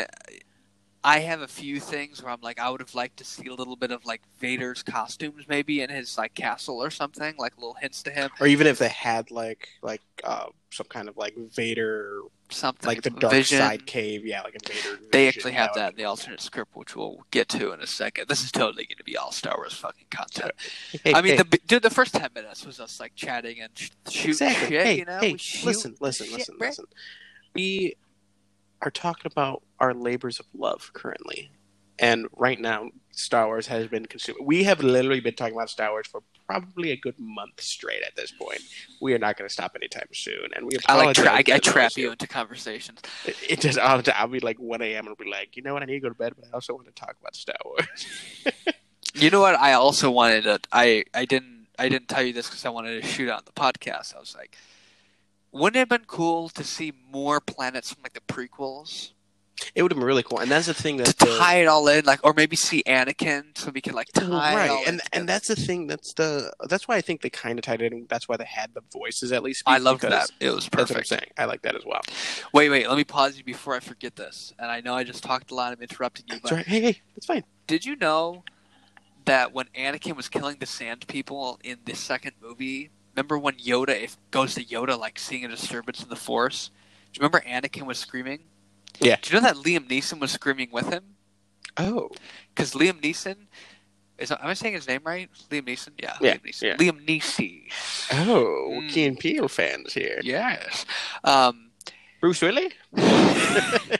Speaker 2: I have a few things where I'm like, I would have liked to see a little bit of like Vader's costumes, maybe in his like castle or something, like little hints to him,
Speaker 1: Or even if they had like like uh, some kind of like Vader,
Speaker 2: something
Speaker 1: like the dark
Speaker 2: Vision.
Speaker 1: side cave, yeah, like a Vader.
Speaker 2: They
Speaker 1: vision,
Speaker 2: actually have
Speaker 1: would
Speaker 2: that in
Speaker 1: be
Speaker 2: the alternate script, which we'll get to in a second. This is totally going to be all Star Wars fucking content.
Speaker 1: cool. Hey,
Speaker 2: I mean,
Speaker 1: hey,
Speaker 2: the, dude, the first ten minutes was us like chatting and sh- shooting
Speaker 1: exactly.
Speaker 2: shit.
Speaker 1: hey,
Speaker 2: you know,
Speaker 1: hey,
Speaker 2: We shoot
Speaker 1: listen, listen,
Speaker 2: shit,
Speaker 1: listen,
Speaker 2: right?
Speaker 1: listen. We are talking about our labors of love currently, and right now, Star Wars has been consumed. We have literally been talking about Star Wars for probably a good month straight at this point. We are not going to stop anytime soon, and we
Speaker 2: I like
Speaker 1: apologize.
Speaker 2: tra- I, I
Speaker 1: to those
Speaker 2: trap
Speaker 1: who-
Speaker 2: you into conversations.
Speaker 1: It, it does all the time. I'll be like 1 a.m. and I'll be like, you know what? I need to go to bed, but I also want to talk about Star Wars.
Speaker 2: You know what? I also wanted to. I I didn't I didn't tell you this because I wanted to shoot it on the podcast. I was like, wouldn't it have been cool to see more planets from like the prequels
Speaker 1: It would have been really cool, and that's the thing
Speaker 2: to
Speaker 1: that the-
Speaker 2: tie it all in, like, or maybe see Anakin so we can like tie it all
Speaker 1: right,
Speaker 2: in
Speaker 1: and and
Speaker 2: together.
Speaker 1: that's the thing. That's the that's why I think they kind of tied it in. That's why they had the voices at least.
Speaker 2: I loved
Speaker 1: because-
Speaker 2: that. It was
Speaker 1: That's what I'm
Speaker 2: perfect.
Speaker 1: saying. I like that as well.
Speaker 2: Wait, wait. Let me pause you before I forget this. And I know I just talked a lot. I'm interrupting you, but
Speaker 1: That's right. Hey, hey, that's fine.
Speaker 2: did you know that when Anakin was killing the sand people in the second movie, remember when Yoda if goes to Yoda like seeing a disturbance in the force? Do you remember Anakin was screaming?
Speaker 1: Yeah.
Speaker 2: Do you know that Liam Neeson was screaming with him?
Speaker 1: Oh,
Speaker 2: Because Liam Neeson is am I saying his name right? Liam Neeson? Yeah.
Speaker 1: Yeah,
Speaker 2: Liam Neeson.
Speaker 1: yeah.
Speaker 2: Liam Neeson.
Speaker 1: oh,
Speaker 2: Mm.
Speaker 1: Key and Peele fans here.
Speaker 2: Yes. Um
Speaker 1: Bruce Willie.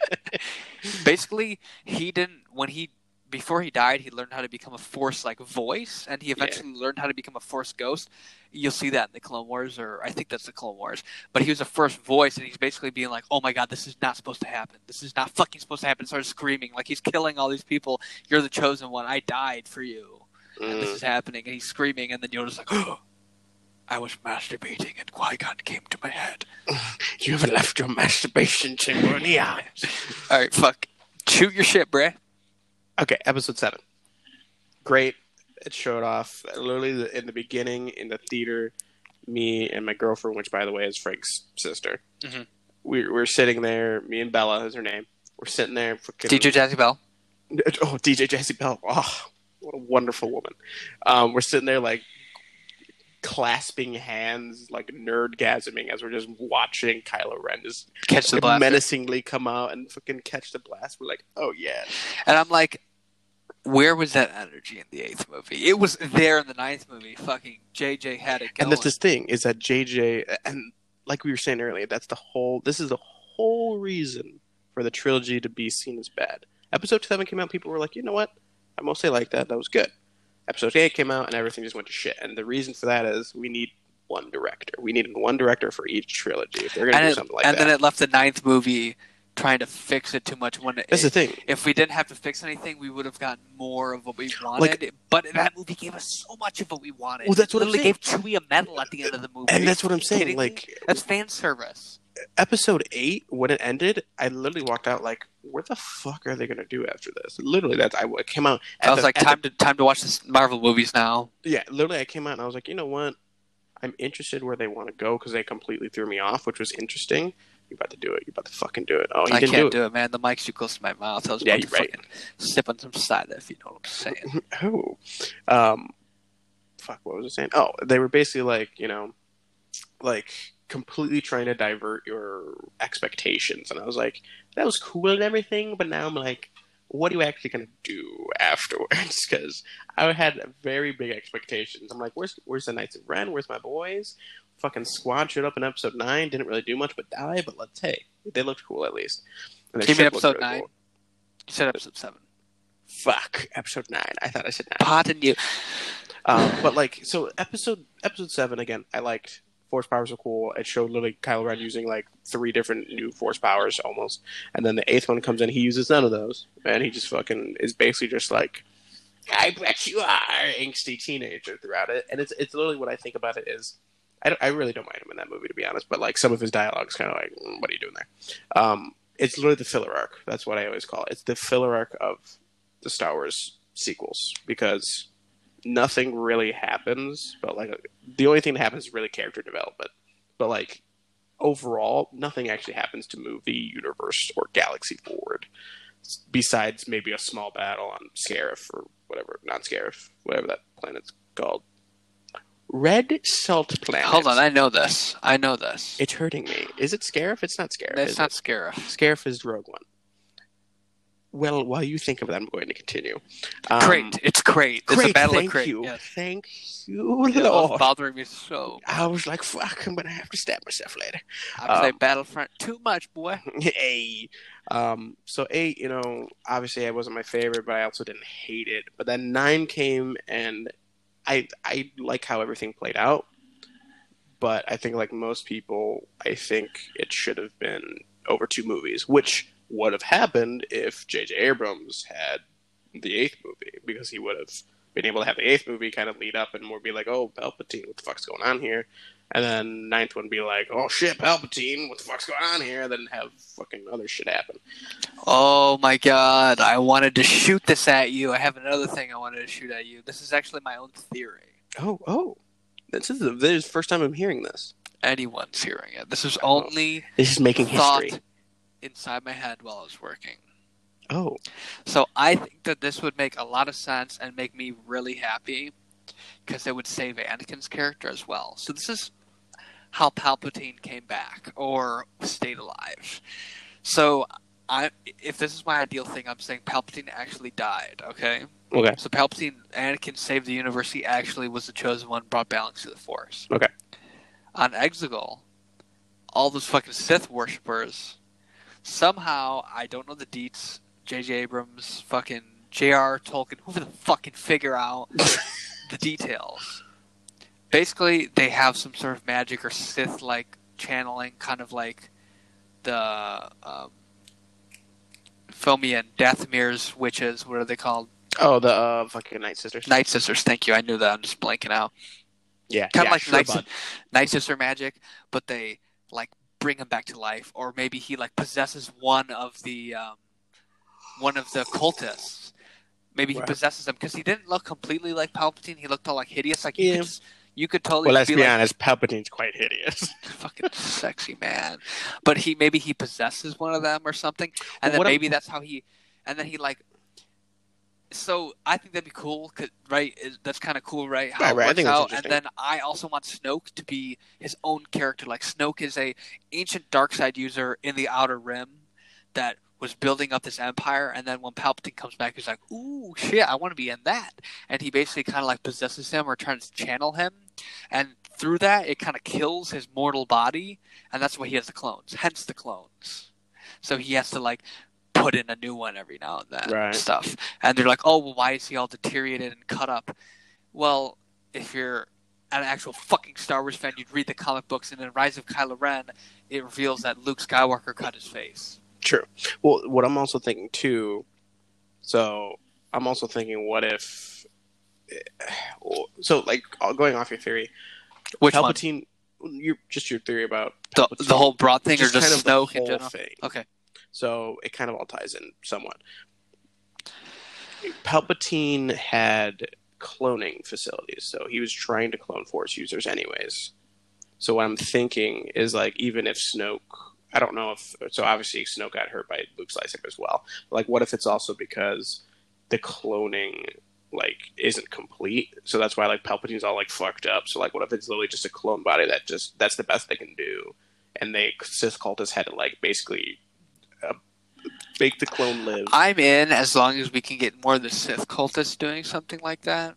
Speaker 2: basically he didn't when he before he died he learned how to become a force like voice and he eventually learned how to become a force ghost you'll see that in the clone wars or i think that's the clone wars but he was a first voice and he's basically being like oh my god this is not supposed to happen this is not fucking supposed to happen starts screaming like he's killing all these people you're the chosen one i died for you and this
Speaker 1: Mm.
Speaker 2: is happening and he's screaming and then yoda's like oh i was masturbating and qui-gon came to my head
Speaker 1: You have left your masturbation chamber in the eyes.
Speaker 2: all right fuck shoot your shit bruh
Speaker 1: Okay, episode seven. Great. It showed off literally the- in the beginning in the theater. Me and my girlfriend, which by the way is Frank's sister,
Speaker 2: Mhm.
Speaker 1: we we're sitting there. Me and Bella is her name. We're sitting there. Freaking,
Speaker 2: dj jazzy bell
Speaker 1: oh DJ Jazzy Bell. Oh, what a wonderful woman. Um, we're sitting there like clasping hands, like nerdgasming as we're just watching Kylo Ren just
Speaker 2: Catch the blast.
Speaker 1: menacingly come out and fucking catch the blast. We're like, oh yeah,
Speaker 2: And I'm like, where was that energy in the eighth movie? It was there in the ninth movie. Fucking JJ had it going.
Speaker 1: And that's the thing is that JJ and like we were saying earlier, that's the whole. This is the whole reason for the trilogy to be seen as bad. Episode seven came out, people were like, you know what? I mostly like that. That was good. Episode eight came out, and everything just went to shit. And the reason for that is we need one director. We need one director for each trilogy. If they're gonna
Speaker 2: and
Speaker 1: do
Speaker 2: it-
Speaker 1: something like
Speaker 2: and
Speaker 1: that,
Speaker 2: then it left the ninth movie trying to fix it too much. When it,
Speaker 1: that's the thing.
Speaker 2: if we didn't have to fix anything, we would have gotten more of what we wanted. but that movie gave us so much of what we wanted.
Speaker 1: Well, that's what I'm
Speaker 2: Literally gave Chewie a medal at the end of the movie.
Speaker 1: And that's what I'm saying.
Speaker 2: kidding me?
Speaker 1: Like
Speaker 2: That's fan service.
Speaker 1: episode eight, when it ended, I literally walked out like, "Where the fuck are they gonna do after this?" Literally, that's I it came out. at
Speaker 2: I was
Speaker 1: the-
Speaker 2: like,
Speaker 1: at the
Speaker 2: time to time to watch this Marvel movies now.
Speaker 1: yeah, literally, I came out and I was like, you know what? I'm interested where they want to go because they completely threw me off, which was interesting. You're about to do it. You're about to fucking do it. Oh, you
Speaker 2: I
Speaker 1: didn't
Speaker 2: can't
Speaker 1: do it.
Speaker 2: do it, man. The mic's too close to my mouth. I was
Speaker 1: Yeah,
Speaker 2: about to
Speaker 1: you're right.
Speaker 2: fucking sip on some cider, if you know what I'm saying.
Speaker 1: Oh, um, fuck. What was I saying? Oh, they were basically like, you know, like completely trying to divert your expectations, and I was like, that was cool and everything, but now I'm like, what are you actually gonna do afterwards? Because I had very big expectations. I'm like, where's where's the Knights of Ren? Where's my boys? Fucking squad showed up in episode nine. Didn't really do much but die, but let's hey, they looked cool at least. And their
Speaker 2: Give me
Speaker 1: ship looked
Speaker 2: episode
Speaker 1: really
Speaker 2: nine.
Speaker 1: cool.
Speaker 2: You said episode seven.
Speaker 1: Fuck, episode nine. I thought I said nine.
Speaker 2: Pot and you.
Speaker 1: Um, but like, so episode episode seven again, I liked. Force powers are cool. It showed literally Kylo Ren using like three different new force powers almost, and then the eighth one comes in. He uses none of those, and he just fucking is basically just like, "I bet you are angsty teenager" throughout it. And it's it's literally what I think about it is, I don't, I really don't mind him in that movie to be honest. But like some of his dialogue is kind of like, "Mm, "What are you doing there?" Um, it's literally the filler arc. That's what I always call it. It's the filler arc of the Star Wars sequels because nothing really happens, but like the only thing that happens is really character development. But like overall, nothing actually happens to move the universe or galaxy forward, s- besides maybe a small battle on Scarif or whatever, not Scarif, whatever that planet's called. Red Salt Planet.
Speaker 2: Hold on, I know this. I know this.
Speaker 1: it's hurting me. Is it Scarif? It's not Scarif.
Speaker 2: That's
Speaker 1: is
Speaker 2: not
Speaker 1: it?
Speaker 2: Scarif.
Speaker 1: Scarif is Rogue One. Well, while you think of that, I'm going to continue. Um,
Speaker 2: Crate. It's Crate. It's a
Speaker 1: Great,
Speaker 2: battle
Speaker 1: thank
Speaker 2: of Crate.
Speaker 1: you.
Speaker 2: Yes.
Speaker 1: Thank you,
Speaker 2: It was
Speaker 1: Lord.
Speaker 2: bothering me so.
Speaker 1: I was like, fuck, I'm gonna have to stab myself later.
Speaker 2: I play
Speaker 1: Um,
Speaker 2: Battlefront too much, boy.
Speaker 1: hey. Um, so eight, you know, obviously it wasn't my favorite, but I also didn't hate it. But then nine came and I I like how everything played out. But I think like most people, I think it should have been over two movies, which would have happened if J.J. Abrams had the eighth movie, because he would have been able to have the eighth movie kind of lead up and more be like, oh, Palpatine, what the fuck's going on here? And then ninth one be like, oh shit, Palpatine, what the fuck's going on here? And then have fucking other shit happen.
Speaker 2: Oh my god, I wanted to shoot this at you. I have another thing I wanted to shoot at you. This is actually my own theory.
Speaker 1: Oh, oh. This is the, this is the first time I'm hearing this.
Speaker 2: Anyone's hearing it. This is only
Speaker 1: This is making
Speaker 2: thought
Speaker 1: history.
Speaker 2: inside my head while I was working.
Speaker 1: Oh,
Speaker 2: So I think that this would make a lot of sense and make me really happy because it would save Anakin's character as well. So this is how Palpatine came back or stayed alive. So I if this is my ideal thing, I'm saying Palpatine actually died, okay?
Speaker 1: okay.
Speaker 2: So Palpatine Anakin saved the universe, he actually was the chosen one, brought balance to the force.
Speaker 1: Okay.
Speaker 2: On Exegol, all those fucking Sith worshippers somehow I don't know the deets, JJ Abrams, fucking JR Tolkien, whoever the fuck can figure out the details. Basically they have some sort of magic or Sith like channeling, kind of like the um Filmian, Dathmir's witches, what are they called?
Speaker 1: Oh, the uh, fucking Night Sisters.
Speaker 2: Night Sisters, thank you. I knew that. I'm just blanking out.
Speaker 1: Yeah,
Speaker 2: Kind
Speaker 1: yeah,
Speaker 2: of like
Speaker 1: sure,
Speaker 2: Night,
Speaker 1: bud.
Speaker 2: Night Sister magic, but they like bring him back to life, or maybe he like possesses one of the um, one of the cultists. Maybe he
Speaker 1: Right.
Speaker 2: possesses them because he didn't look completely like Palpatine. He looked all like hideous. Like you
Speaker 1: Yeah.
Speaker 2: could just, you could totally
Speaker 1: Well, let's
Speaker 2: be
Speaker 1: be
Speaker 2: like,
Speaker 1: honest. Palpatine's quite hideous.
Speaker 2: fucking sexy man. But he maybe he possesses one of them or something, and then
Speaker 1: What I'm-
Speaker 2: maybe that's how he, and then he like so I think that'd be cool, 'cause- right? is- That's kind of cool, right? How
Speaker 1: Right,
Speaker 2: it
Speaker 1: right, I
Speaker 2: works
Speaker 1: think that's
Speaker 2: out. And
Speaker 1: interesting.
Speaker 2: then I also want Snoke to be his own character. Like Snoke is a ancient dark side user in the Outer Rim that was building up this empire. And then when Palpatine comes back, he's like, "Ooh, shit, I want to be in that." And he basically kind of like possesses him or trying to channel him, and through that, it kind of kills his mortal body, and that's why he has the clones. Hence the clones. So he has to like put in a new one every now and then
Speaker 1: Right.
Speaker 2: stuff. And they're like, oh, well, why is he all deteriorated and cut up? Well, if you're an actual fucking Star Wars fan, you'd read the comic books, and in Rise of Kylo Ren, it reveals that Luke Skywalker cut his face.
Speaker 1: True. Well, what I'm also thinking too. So I'm also thinking, what if? So like uh, going off your theory,
Speaker 2: Which one?
Speaker 1: Palpatine. Your just your theory about
Speaker 2: The,
Speaker 1: Palpatine.
Speaker 2: the whole broad thing, or just
Speaker 1: the
Speaker 2: Snoke in
Speaker 1: whole
Speaker 2: general?
Speaker 1: thing.
Speaker 2: Okay.
Speaker 1: So it kind of all ties in somewhat. Palpatine had cloning facilities, so he was trying to clone Force users, anyways. So what I'm thinking is like, even if Snoke, I don't know if so. Obviously, Snoke got hurt by Luke Slysick as well. Like, what if it's also because the cloning like isn't complete? So that's why like Palpatine's all like fucked up. So like, what if it's literally just a clone body that just that's the best they can do, and they Sith cultists had to like basically uh, make the clone live.
Speaker 2: I'm in as long as we can get more of the Sith cultists doing something like that.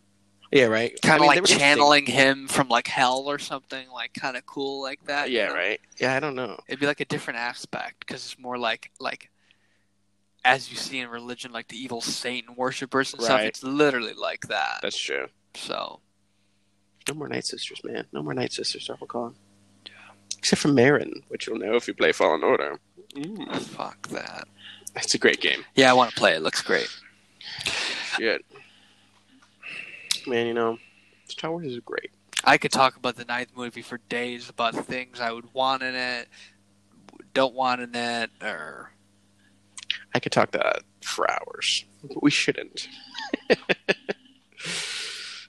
Speaker 1: yeah, right.
Speaker 2: Kind
Speaker 1: I mean,
Speaker 2: of
Speaker 1: they
Speaker 2: like
Speaker 1: were just
Speaker 2: channeling him from like hell or something, like kind of cool like that.
Speaker 1: thinking-
Speaker 2: you
Speaker 1: Yeah,
Speaker 2: know?
Speaker 1: right. Yeah, I don't know.
Speaker 2: it'd be like a different aspect because it's more like like as you see in religion like the evil satan worshippers and stuff
Speaker 1: Right.
Speaker 2: it's literally like that
Speaker 1: That's true.
Speaker 2: so
Speaker 1: No more Night Sisters, man. No more Night Sisters, I'll call Except for Marin, which you'll know if you play Fallen Order. Mm.
Speaker 2: fuck that
Speaker 1: That's a great game.
Speaker 2: yeah i want to play it looks great
Speaker 1: Shit. Man, you know, Star Wars is great.
Speaker 2: i could talk about the ninth movie for days about things i would want in it don't want in it or
Speaker 1: I could talk that for hours. But we shouldn't.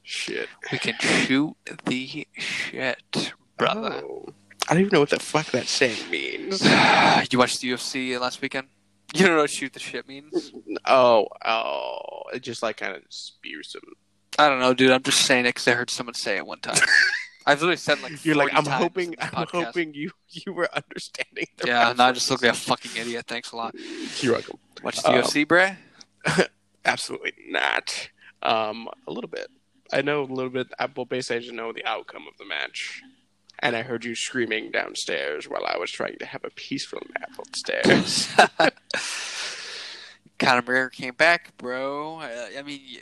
Speaker 1: Shit.
Speaker 2: we can shoot the shit brother
Speaker 1: Oh. I don't even know what the fuck that saying means. Oh.
Speaker 2: you watched the ufc last weekend you don't know what shoot the shit means
Speaker 1: Oh, oh. It just like kind of spews some
Speaker 2: I don't know, dude. I'm just saying it because I heard someone say it one time. I've literally said like
Speaker 1: You're like,
Speaker 2: 40
Speaker 1: I'm
Speaker 2: times in
Speaker 1: hoping,
Speaker 2: this
Speaker 1: I'm
Speaker 2: podcast.
Speaker 1: hoping you you were understanding. The
Speaker 2: Yeah, and I
Speaker 1: reference.
Speaker 2: just look like a fucking idiot. Thanks a lot.
Speaker 1: You're welcome.
Speaker 2: Watch the
Speaker 1: Um,
Speaker 2: UFC, bruh.
Speaker 1: Absolutely not. Um, a little bit. I know a little bit. I, well, basically, I just know the outcome of the match, and I heard you screaming downstairs while I was trying to have a peaceful nap upstairs.
Speaker 2: Conor McGregor came back, bro. Uh, I mean, y-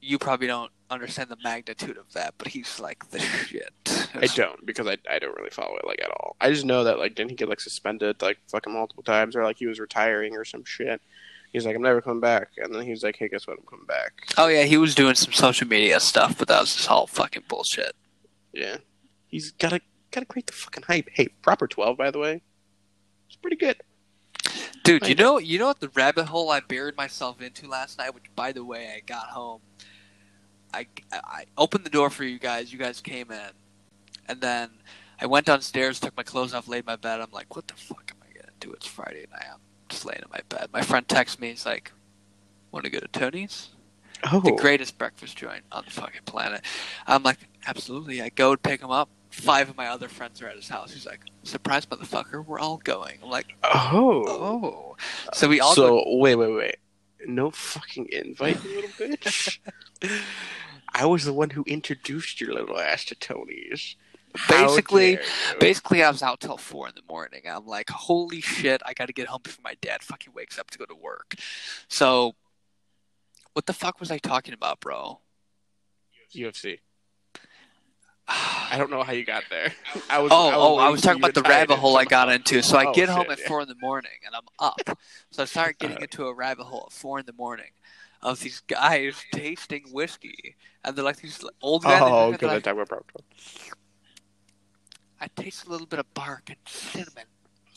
Speaker 2: you probably don't understand the magnitude of that, but he's like the shit.
Speaker 1: I don't because I I don't really follow it like at all. I just know that like didn't he get like suspended like fucking multiple times or like he was retiring or some shit. He's like, I'm never coming back, and then he was like, Hey, guess what? I'm coming back.
Speaker 2: Oh yeah, he was doing some social media stuff, but that was just all fucking bullshit.
Speaker 1: Yeah. He's gotta gotta create the fucking hype. Hey, proper twelve, by the way. It's pretty good.
Speaker 2: Dude,
Speaker 1: I
Speaker 2: you know, you know what the rabbit hole I buried myself into last night. Which, by the way, I got home. I, I opened the door for you guys. You guys came in, and then I went downstairs, took my clothes off, laid in my bed. I'm like, what the fuck am I gonna do? It's Friday night. I'm just laying in my bed. My friend texts me. He's like, want to go to Tony's?
Speaker 1: Oh
Speaker 2: The greatest breakfast joint on the fucking planet. I'm like, absolutely. I go to pick him up. Five of my other friends are at his house. He's like, surprise, motherfucker. We're all going. I'm like,
Speaker 1: Oh.
Speaker 2: oh. So we all go
Speaker 1: so wait, wait, wait. No fucking invite, you little bitch. I was the one who introduced your little ass to Tony's. How
Speaker 2: Basically-
Speaker 1: dare you.
Speaker 2: Basically, I was out till four in the morning. I'm like, holy shit, I got to get home before my dad fucking wakes up to go to work. So, what the fuck was I talking about, bro?
Speaker 1: UFC. I don't know how you got there. I was.
Speaker 2: oh, oh, I was talking
Speaker 1: waiting for
Speaker 2: about the
Speaker 1: you to tie it
Speaker 2: rabbit
Speaker 1: in
Speaker 2: hole I
Speaker 1: somehow.
Speaker 2: got into. So I
Speaker 1: Oh,
Speaker 2: get home
Speaker 1: shit,
Speaker 2: at
Speaker 1: yeah.
Speaker 2: four in the morning and I'm up. So I start getting
Speaker 1: Uh-huh.
Speaker 2: into a rabbit hole at four in the morning of these guys tasting whiskey, and they're like these old men. and
Speaker 1: Oh,
Speaker 2: women,
Speaker 1: good. I
Speaker 2: they're like,
Speaker 1: talked about Brown.
Speaker 2: I taste a little bit of bark and cinnamon.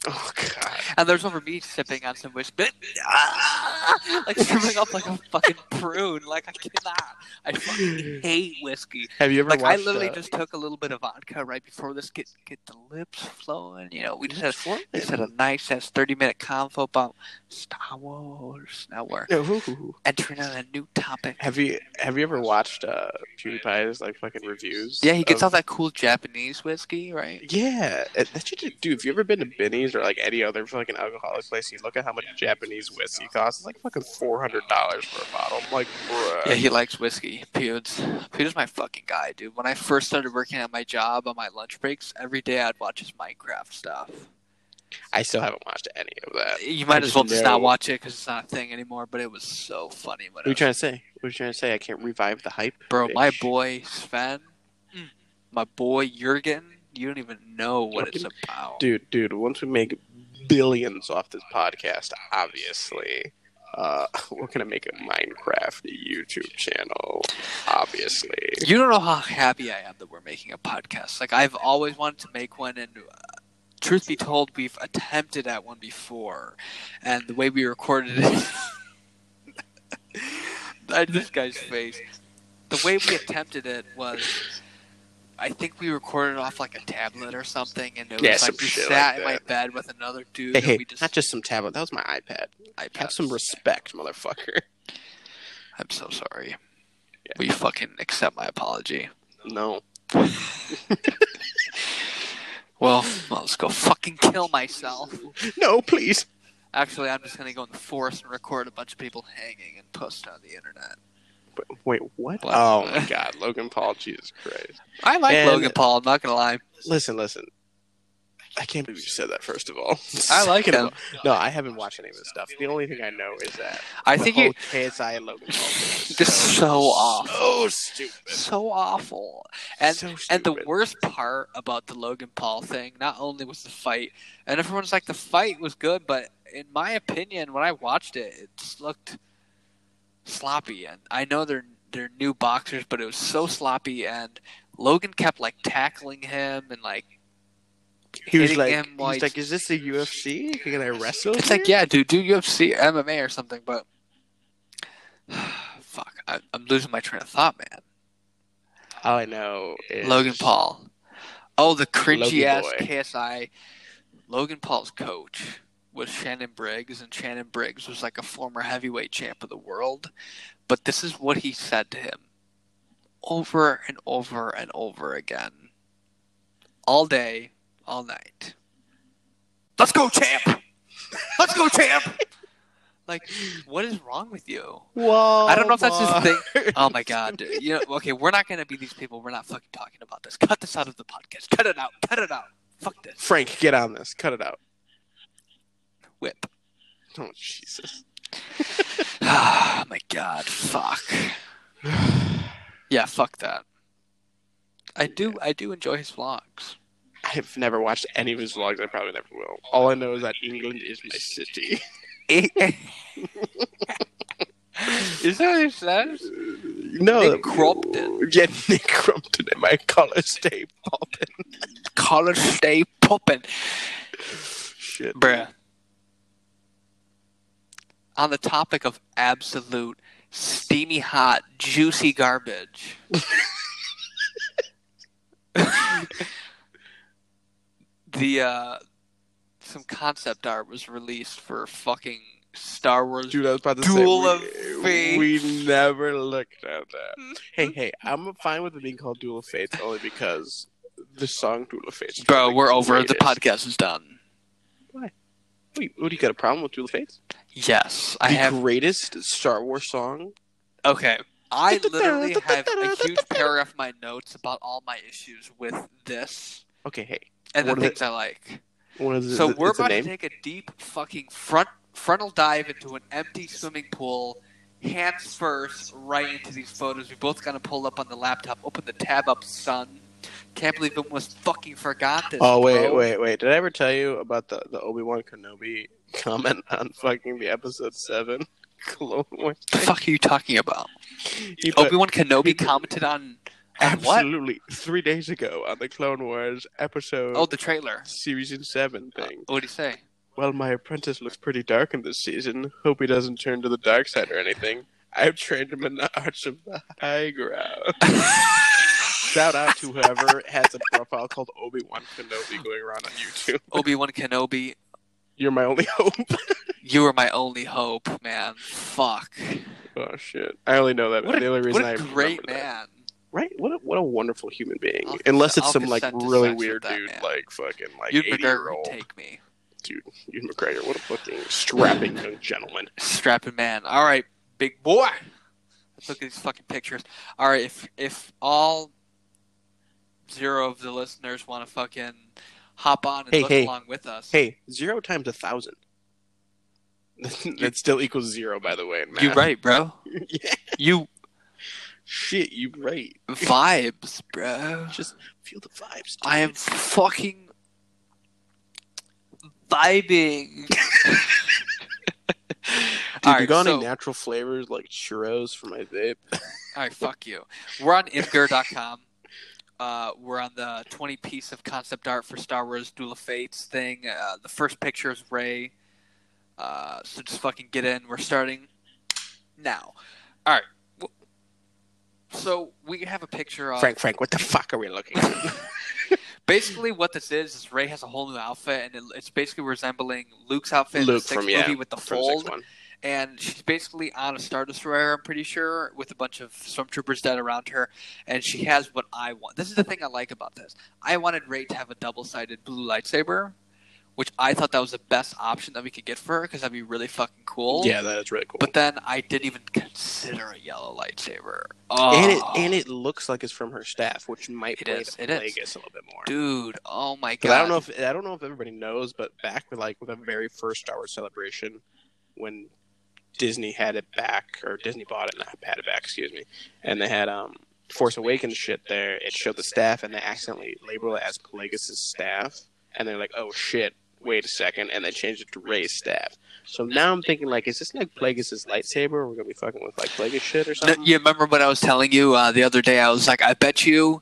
Speaker 1: Oh god.
Speaker 2: And there's over me sipping on some whiskey. Ah! like throwing up like a fucking prune. Like I cannot. I fucking hate whiskey.
Speaker 1: Have you ever
Speaker 2: Like I
Speaker 1: watched?
Speaker 2: literally
Speaker 1: uh,
Speaker 2: just took a little bit of vodka right before this, get get the lips flowing. You know, we just had we just had a nice ass thirty minute convo about Star Wars. Now we're
Speaker 1: Ooh.
Speaker 2: entering on a new topic.
Speaker 1: Have you have you ever watched uh, PewDiePie's like fucking reviews?
Speaker 2: Yeah, he gets
Speaker 1: of-
Speaker 2: all that cool Japanese whiskey, right?
Speaker 1: Yeah, and that shit, just- dude. If you ever been to Binny's or like any other fucking alcoholic place, you look at how much Japanese whiskey costs. It's like fucking four hundred dollars for a bottle. I'm like, bruh.
Speaker 2: Yeah, he likes whiskey. Pewds. Pewds my fucking guy, dude. When I first started working at my job on my lunch breaks, every day I'd watch his Minecraft stuff.
Speaker 1: I still haven't watched any of that. What
Speaker 2: You
Speaker 1: Uh, I
Speaker 2: might as
Speaker 1: just
Speaker 2: well just not
Speaker 1: know-
Speaker 2: watch it because it's not a thing anymore, but it was so funny. When
Speaker 1: are
Speaker 2: I
Speaker 1: you
Speaker 2: was-
Speaker 1: trying to say? What are you trying to say? I can't revive the hype,
Speaker 2: Bro, my
Speaker 1: bitch.
Speaker 2: boy Sven, my boy Jurgen, you don't even know what it's about.
Speaker 1: dude, dude. Once we make billions off this podcast, obviously, uh, we're gonna make a Minecraft YouTube channel. Obviously,
Speaker 2: You don't know how happy I am that we're making a podcast. Like, I've always wanted to make one, and uh, truth be told, we've attempted at one before, and the way we recorded it. I- this guy's face. The way we attempted it was. I think we recorded off like a tablet or something, and it was
Speaker 1: Yeah, some
Speaker 2: like we
Speaker 1: shit
Speaker 2: sat
Speaker 1: like
Speaker 2: in my
Speaker 1: that.
Speaker 2: bed with another dude.
Speaker 1: hey,
Speaker 2: and
Speaker 1: hey,
Speaker 2: we just,
Speaker 1: not just some tablet. That was my iPad. Have
Speaker 2: iPads.
Speaker 1: some respect, motherfucker.
Speaker 2: I'm so sorry.
Speaker 1: Yeah.
Speaker 2: Will you fucking accept my apology?
Speaker 1: No.
Speaker 2: Well, let's go fucking kill myself.
Speaker 1: No, please.
Speaker 2: Actually, I'm just gonna go in the forest and record a bunch of people hanging and post it on the internet.
Speaker 1: But wait, what?
Speaker 2: What?
Speaker 1: Oh my god, Logan Paul, Jesus Christ.
Speaker 2: I like
Speaker 1: And-
Speaker 2: Logan Paul. I'm not gonna lie.
Speaker 1: Listen, listen. I can't believe you said that first of all.
Speaker 2: I like
Speaker 1: Second of
Speaker 2: him.
Speaker 1: all- No, I haven't watched any of his stuff. The only thing I know is that
Speaker 2: I
Speaker 1: the
Speaker 2: think
Speaker 1: whole
Speaker 2: you.
Speaker 1: KSI and Logan Paul thing is
Speaker 2: This
Speaker 1: so,
Speaker 2: is so awful.
Speaker 1: so stupid.
Speaker 2: So awful. And
Speaker 1: So
Speaker 2: And the
Speaker 1: stupid.
Speaker 2: worst part about the Logan Paul thing, not only was the fight, and everyone's like, the fight was good, but in my opinion, when I watched it, it just looked sloppy. And I know they're they're new boxers, but it was so sloppy. And Logan kept like tackling him and like
Speaker 1: he was
Speaker 2: hitting
Speaker 1: like,
Speaker 2: him
Speaker 1: he
Speaker 2: while
Speaker 1: was
Speaker 2: he's-
Speaker 1: like, is this the UFC? Can I wrestle?
Speaker 2: It's like,
Speaker 1: here?"
Speaker 2: yeah, dude, do UFC, MMA, or something. But fuck, I, I'm losing my train of thought, man.
Speaker 1: All I know is
Speaker 2: Logan Paul. Oh, the cringy
Speaker 1: Logan
Speaker 2: ass
Speaker 1: boy.
Speaker 2: KSI. Logan Paul's coach was Shannon Briggs, and Shannon Briggs was like a former heavyweight champ of the world. But this is what he said to him over and over and over again, all day, all night. Let's go, champ! Let's go, champ! like, what is wrong with you?
Speaker 1: Whoa,
Speaker 2: I don't know if that's his thing.
Speaker 1: Mark.
Speaker 2: Oh my god, dude. You know, okay, we're not gonna be these people. We're not fucking talking about this. Cut this out of the podcast. Cut it out. Cut it out. Fuck this.
Speaker 1: Frank, get on this. Cut it out.
Speaker 2: Whip.
Speaker 1: Oh Jesus.
Speaker 2: Oh my god. Fuck. Yeah, fuck that. I do. I do enjoy his vlogs.
Speaker 1: I've never watched any of his vlogs. I probably never will. All I know is that England is my city.
Speaker 2: Is that what he says?
Speaker 1: no,
Speaker 2: Nick Crompton.
Speaker 1: Yeah, Nick Crompton and my collar stay popping.
Speaker 2: Collar stay poppin',
Speaker 1: Shit,
Speaker 2: bruh. On the topic of absolute steamy hot juicy garbage. the uh some concept art was released for fucking Star Wars.
Speaker 1: dude, I was about to
Speaker 2: Duel of
Speaker 1: say
Speaker 2: Fates.
Speaker 1: we, we never looked at that. hey, hey, I'm fine with it being called Duel of Fates only because the song Duel of Fates. is one
Speaker 2: Bro,
Speaker 1: of the
Speaker 2: we're over. The
Speaker 1: greatest.
Speaker 2: podcast is done.
Speaker 1: Wait, what do you got a problem with Duel of Fates?
Speaker 2: Yes, I
Speaker 1: the
Speaker 2: have.
Speaker 1: greatest Star Wars song.
Speaker 2: Okay, I literally have a huge paragraph in my notes about all my issues with this
Speaker 1: Okay, hey,
Speaker 2: and the
Speaker 1: What are the-
Speaker 2: things I like.
Speaker 1: what is
Speaker 2: So
Speaker 1: it,
Speaker 2: we're
Speaker 1: it's a
Speaker 2: about to
Speaker 1: name?
Speaker 2: take a deep fucking front frontal dive into an empty swimming pool, hands first, right into these photos. We both got to pull up on the laptop. Open the tab up, son. Can't believe I almost fucking forgot this.
Speaker 1: Oh wait,
Speaker 2: bro.
Speaker 1: wait, wait! Did I ever tell you about the the Obi Wan Kenobi comment on fucking the episode seven Clone Wars?
Speaker 2: The fuck are you talking about?
Speaker 1: He put,
Speaker 2: Obi Wan Kenobi commented on, on what?
Speaker 1: absolutely three days ago on the Clone Wars episode
Speaker 2: Oh, the trailer.
Speaker 1: series in seven thing.
Speaker 2: What would he say?
Speaker 1: Well, my apprentice looks pretty dark in this season. Hope he doesn't turn to the dark side or anything. I've trained him in the arts of the high ground. Shout out to whoever has a profile called Obi Wan Kenobi going around on YouTube.
Speaker 2: Obi Wan Kenobi,
Speaker 1: You're my only hope.
Speaker 2: you were my only hope, man. Fuck.
Speaker 1: oh shit! I only know that.
Speaker 2: What a,
Speaker 1: the only reason
Speaker 2: what a
Speaker 1: I
Speaker 2: great
Speaker 1: remember that.
Speaker 2: man.
Speaker 1: Right? What a, what a wonderful human being.
Speaker 2: I'll-
Speaker 1: Unless it's
Speaker 2: I'll
Speaker 1: some like
Speaker 2: consent to
Speaker 1: really
Speaker 2: sex with
Speaker 1: weird
Speaker 2: that
Speaker 1: dude,
Speaker 2: man.
Speaker 1: like fucking like
Speaker 2: You'd
Speaker 1: eighty year old
Speaker 2: take me.
Speaker 1: dude. Ewan McGregor, what a fucking strapping young gentleman.
Speaker 2: Strapping man. All right, big boy. Let's look at these fucking pictures. All right, if if all zero of the listeners want to fucking hop on and
Speaker 1: Hey,
Speaker 2: look
Speaker 1: hey.
Speaker 2: along with us,
Speaker 1: Hey, zero times a thousand. that still equals zero, by the way. In math.
Speaker 2: you right, bro.
Speaker 1: yeah.
Speaker 2: You
Speaker 1: Shit, you right.
Speaker 2: vibes, bro.
Speaker 1: Just feel the vibes. Dude.
Speaker 2: I am fucking vibing.
Speaker 1: Dude,
Speaker 2: All
Speaker 1: you
Speaker 2: right,
Speaker 1: got
Speaker 2: so-
Speaker 1: any natural flavors like churros for my vape?
Speaker 2: All right, fuck you. We're on imgur.com. Uh, we're on the 20 piece of concept art for Star Wars Duel of Fates thing. Uh, the first picture is Ray. Uh, so just fucking get in. We're starting now. All right. W- So we have a picture of
Speaker 1: Frank, Frank, what the fuck are we looking? at?
Speaker 2: basically what this is is Ray has a whole new outfit and it, it's basically resembling Luke's outfit in the
Speaker 1: Luke
Speaker 2: sixth
Speaker 1: from, yeah,
Speaker 2: movie with the
Speaker 1: From six
Speaker 2: fold
Speaker 1: one.
Speaker 2: and she's basically on a star destroyer. I'm pretty sure with a bunch of stormtroopers dead around her, and she has what I want. This is the thing I like about this. I wanted Rey to have a double-sided blue lightsaber, which I thought that was the best option that we could get for her because that'd be really fucking cool.
Speaker 1: Yeah, that is really cool.
Speaker 2: But then I didn't even consider a yellow lightsaber. Oh,
Speaker 1: and it and it looks like it's from her staff, which might
Speaker 2: It
Speaker 1: play
Speaker 2: is,
Speaker 1: to
Speaker 2: it is.
Speaker 1: Plagueis a little bit more.
Speaker 2: dude. Oh my god.
Speaker 1: Because I don't know if I don't know if everybody knows, but back with like with the very first Star Wars celebration, when Disney had it back or Disney bought it, not had it back, excuse me, and they had um Force Awakens shit there. It showed the staff, and they accidentally labeled it as Plagueis' staff, and they're like, "Oh shit, wait a second, and they changed it to Ray's staff. So now I'm thinking like, is this like Plagueis' lightsaber? We're gonna be fucking with like Plagueis shit or
Speaker 2: No,
Speaker 1: something?
Speaker 2: you remember when I was telling you uh, the other day? I was like, I bet you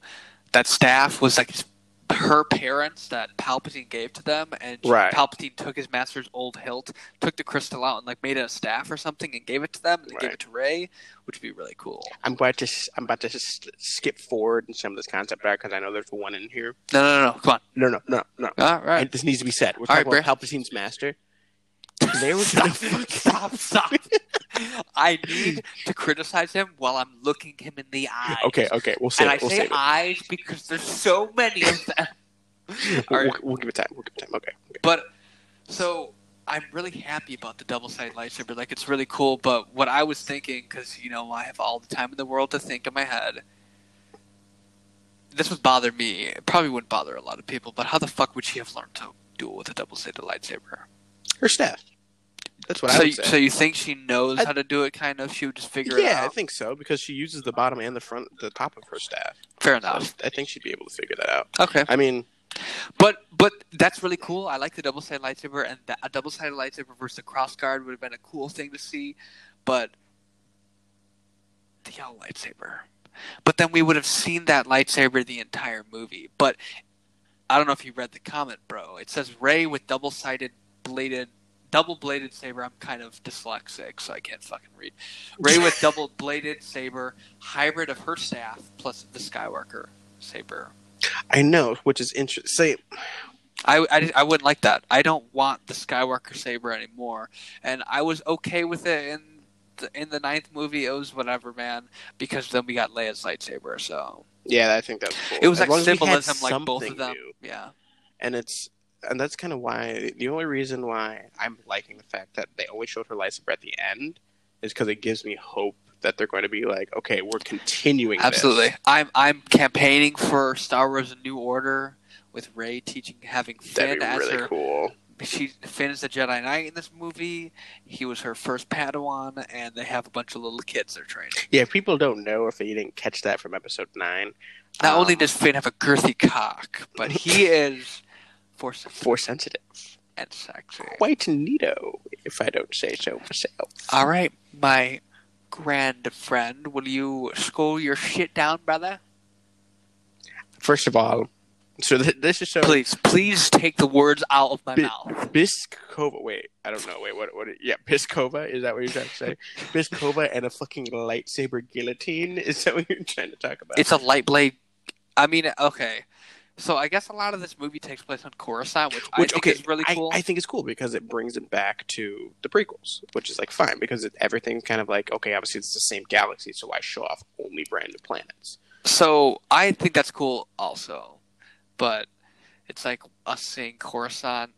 Speaker 2: that staff was like his- her parents that Palpatine gave to them, and she-
Speaker 1: Right.
Speaker 2: Palpatine took his master's old hilt, took the crystal out, and like made it a staff or something, and gave it to them, and they gave
Speaker 1: Right.
Speaker 2: it to Ray, which would be really cool.
Speaker 1: I'm about to s- I'm about to s- skip forward in some of this concept art because I know there's one in here.
Speaker 2: No, no, no, no, come
Speaker 1: No, no, no, no.
Speaker 2: on. All right,
Speaker 1: And this needs to be said. We're
Speaker 2: All
Speaker 1: talking
Speaker 2: right,
Speaker 1: about Palpatine's master. They were gonna fucking.
Speaker 2: stop, stop. I need to criticize him while I'm looking him in the eyes.
Speaker 1: Okay, okay, we'll save
Speaker 2: And I
Speaker 1: it. We'll
Speaker 2: say
Speaker 1: save it.
Speaker 2: eyes because there's so many of them.
Speaker 1: We'll,
Speaker 2: All right.
Speaker 1: we'll- we'll give it time. We'll give it time. Okay. okay.
Speaker 2: But so I'm really happy about the double sided lightsaber. Like it's really cool. But what I was thinking, because you know I have all the time in the world to think in my head. This would bother me. It probably wouldn't bother a lot of people. But how the fuck would she have learned to duel with a double sided lightsaber?
Speaker 1: Her staff. That's what I
Speaker 2: so, you,
Speaker 1: would say.
Speaker 2: so you think she knows
Speaker 1: I-
Speaker 2: how to do it? Kind of. She would just figure it
Speaker 1: yeah,
Speaker 2: out.
Speaker 1: I think so because she uses the bottom and the front, the top of her staff.
Speaker 2: Fair
Speaker 1: So
Speaker 2: enough.
Speaker 1: I think she'd be able to figure that out.
Speaker 2: Okay.
Speaker 1: I mean,
Speaker 2: But but that's really cool. I like the double sided lightsaber, and the, a double sided lightsaber versus a cross guard would have been a cool thing to see. But the yellow lightsaber. But then we would have seen that lightsaber the entire movie. But I don't know if you read the comment, bro. It says Ray with double sided bladed. Double bladed saber. I'm kind of dyslexic, so I can't fucking read. Ray with double bladed saber, hybrid of her staff plus the Skywalker saber.
Speaker 1: I know, which is interesting. Say,
Speaker 2: I, I, I wouldn't like that. I don't want the Skywalker saber anymore. And I was okay with it in the, in the ninth movie. It was whatever, man, because then we got Leia's lightsaber. So
Speaker 1: yeah, I think that's cool.
Speaker 2: it was
Speaker 1: As long
Speaker 2: like
Speaker 1: as we had
Speaker 2: symbolism, like both
Speaker 1: something
Speaker 2: of them.
Speaker 1: new.
Speaker 2: Yeah,
Speaker 1: and it's and that's kind of why the only reason why I'm liking the fact that they only showed her lightsaber at the end is because it gives me hope that they're going to be like, okay, we're continuing. this.
Speaker 2: absolutely. I'm I'm campaigning for Star Wars: A New Order with Ray teaching, having
Speaker 1: That'd
Speaker 2: Finn
Speaker 1: be
Speaker 2: as
Speaker 1: really
Speaker 2: her.
Speaker 1: cool.
Speaker 2: She Finn is a Jedi Knight in this movie. He was her first Padawan, and they have a bunch of little kids they're training.
Speaker 1: Yeah, if people don't know if they didn't catch that from episode nine.
Speaker 2: Not only
Speaker 1: um,
Speaker 2: does Finn have a girthy cock, but he is force
Speaker 1: force sensitive,
Speaker 2: and sexy.
Speaker 1: quite neato, if I don't say so myself.
Speaker 2: All right, my grand friend, will you scroll your shit down, brother?
Speaker 1: First of all, So th- this is so
Speaker 2: Please, please take the words out of my
Speaker 1: Bi-
Speaker 2: mouth.
Speaker 1: Biskova. Wait, I don't know. Wait, what? What? Yeah, Biskova. Is that what you're trying to say? Biskova and a fucking lightsaber guillotine. Is that what you're trying to talk about?
Speaker 2: It's a light blade. I mean, okay. So I guess a lot of this movie takes place on Coruscant, which, I
Speaker 1: which
Speaker 2: think
Speaker 1: okay,
Speaker 2: is really
Speaker 1: I-
Speaker 2: cool.
Speaker 1: I, think it's cool because it brings it back to the prequels, which is like fine because it, everything's kind of like okay, obviously it's the same galaxy, so why show off only brand new planets?
Speaker 2: So I think that's cool also, but it's like us seeing Coruscant.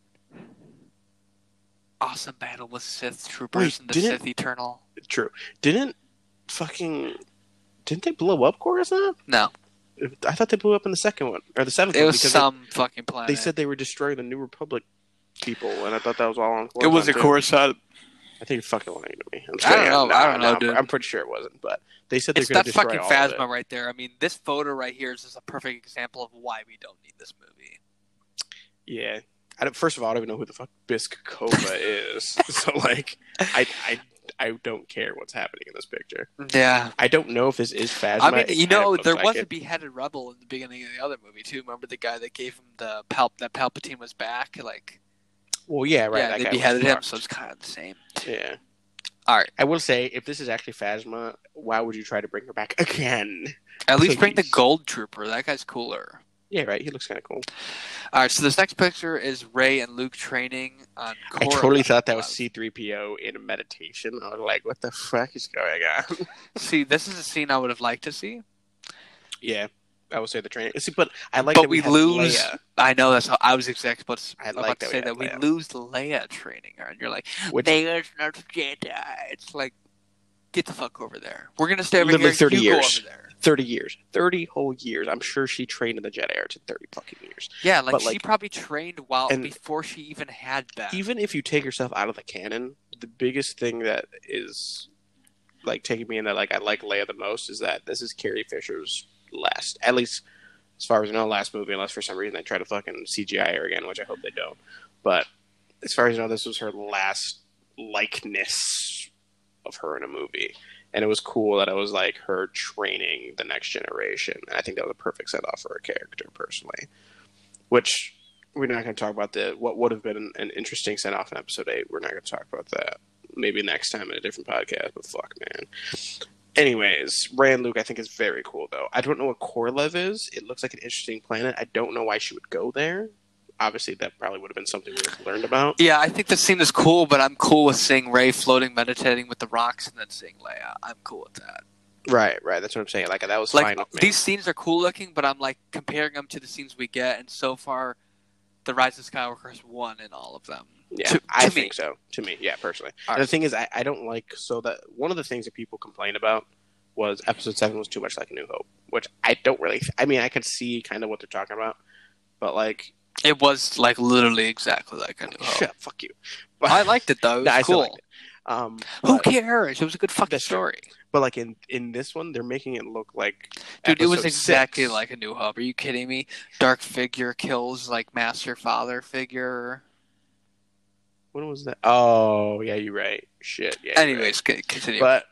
Speaker 2: Awesome battle with Sith troopers
Speaker 1: Wait,
Speaker 2: and the
Speaker 1: didn't-
Speaker 2: Sith Eternal.
Speaker 1: True. Didn't fucking didn't they blow up Coruscant?
Speaker 2: No,
Speaker 1: I thought they blew up in the second one or the seventh.
Speaker 2: it
Speaker 1: one
Speaker 2: was
Speaker 1: because
Speaker 2: some fucking planet.
Speaker 1: they, they said they were destroying the New Republic people, and I thought that was all on.
Speaker 2: it was a
Speaker 1: Coruscant, too.
Speaker 2: Coruscant.
Speaker 1: I think you're fucking lying to me. I'm
Speaker 2: I don't know.
Speaker 1: No,
Speaker 2: I don't know,
Speaker 1: no, I'm-
Speaker 2: dude.
Speaker 1: I'm pretty sure it wasn't, but they said they're
Speaker 2: It's
Speaker 1: going to
Speaker 2: that
Speaker 1: destroy
Speaker 2: fucking
Speaker 1: all of it.
Speaker 2: phasma right there. I mean, this photo right here is just a perfect example of why we don't need this movie.
Speaker 1: Yeah. I don't, first of all, I don't even know who the fuck Bisk Kova is. So like, I, I I don't care what's happening in this picture.
Speaker 2: Yeah.
Speaker 1: I don't know if this is phasma.
Speaker 2: I mean,
Speaker 1: It
Speaker 2: you
Speaker 1: kind of
Speaker 2: know,
Speaker 1: looks
Speaker 2: there
Speaker 1: like
Speaker 2: was a
Speaker 1: it.
Speaker 2: beheaded rebel in the beginning of the other movie too. Remember the guy that gave him the palp that Palpatine was back? Like,
Speaker 1: Well, yeah, right.
Speaker 2: yeah,
Speaker 1: that
Speaker 2: they
Speaker 1: guy was
Speaker 2: beheaded him,
Speaker 1: fucked.
Speaker 2: so it's kind of the same.
Speaker 1: Yeah.
Speaker 2: All right.
Speaker 1: I will say, if this is actually phasma, why would you try to bring her back again?
Speaker 2: At least bring the
Speaker 1: Please.
Speaker 2: gold trooper. That guy's cooler.
Speaker 1: Yeah, right. He looks kind of cool.
Speaker 2: All right. So this next picture is Ray and Luke training on.
Speaker 1: I
Speaker 2: Korra.
Speaker 1: totally thought that was C3PO in a meditation. I was like, what the fuck is going on?
Speaker 2: See, this is a scene I would have liked to see.
Speaker 1: yeah. I would say the training. See, but I like
Speaker 2: But
Speaker 1: that we,
Speaker 2: we
Speaker 1: had
Speaker 2: lose-
Speaker 1: Leia.
Speaker 2: I know that's how I was exactly about to,
Speaker 1: I like that we
Speaker 2: about to say
Speaker 1: had
Speaker 2: that we
Speaker 1: Leia.
Speaker 2: lose Leia training her, and you're like,
Speaker 1: Which-
Speaker 2: Leia's not a Jedi. It's like, get the fuck over there. We're gonna stay over
Speaker 1: Literally
Speaker 2: here.
Speaker 1: 30
Speaker 2: you
Speaker 1: years.
Speaker 2: Go over there.
Speaker 1: 30 years 30 whole years i'm sure she trained in the jedi arts in 30 fucking years
Speaker 2: Yeah, like,
Speaker 1: But,
Speaker 2: she
Speaker 1: like-
Speaker 2: probably trained while
Speaker 1: and-
Speaker 2: before she even had that.
Speaker 1: even if you take yourself out of the canon the biggest thing that is like taking me in that like i like leia the most is that this is carrie fisher's last at least as far as i know last movie unless for some reason they try to fucking cgi her again which i hope they don't but as far as i know this was her last likeness of her in a movie and it was cool that it was like her training the next generation and i think that was a perfect set off for her character personally which we're not going to talk about the what would have been an, an interesting send off in episode eight. We're not going to talk about that. Maybe next time in a different podcast. But fuck, man. Anyways, Ray and Luke, I think is very cool though. I don't know what Korlev is. It looks like an interesting planet. I don't know why she would go there. Obviously, that probably would have been something we would have learned about.
Speaker 2: yeah, I think this scene is cool, but I'm cool with seeing Ray floating, meditating with the rocks, and then seeing Leia. I'm cool with that.
Speaker 1: Right, right. That's what I'm saying. Like that was
Speaker 2: like
Speaker 1: fine with me.
Speaker 2: these scenes are cool looking, but I'm like comparing them to the scenes we get, and so far, the Rise of Skywalker has won in all of them.
Speaker 1: Yeah,
Speaker 2: to-
Speaker 1: I
Speaker 2: to me.
Speaker 1: think so. To me, yeah, personally.
Speaker 2: All
Speaker 1: And the
Speaker 2: right.
Speaker 1: thing is, I, I don't like so that one of the things that people complain about was episode seven was too much like a New Hope, which I don't really. I mean, I could see kind of what they're talking about, but like,
Speaker 2: It was like literally exactly like I knew.
Speaker 1: shut, fuck you. But,
Speaker 2: Oh. I liked it though. It was
Speaker 1: No, I still
Speaker 2: cool.
Speaker 1: liked um,
Speaker 2: Who
Speaker 1: but,
Speaker 2: cares? It was a good fucking
Speaker 1: That's true.
Speaker 2: story,
Speaker 1: but like in in this one, they're making it look like
Speaker 2: dude. It was
Speaker 1: episode
Speaker 2: exactly
Speaker 1: six.
Speaker 2: like a New Hope. Are you kidding me? Dark figure kills like master father figure.
Speaker 1: when was that? Oh yeah, you're right. Shit. Yeah. you're right.
Speaker 2: Anyways, c- continue.
Speaker 1: But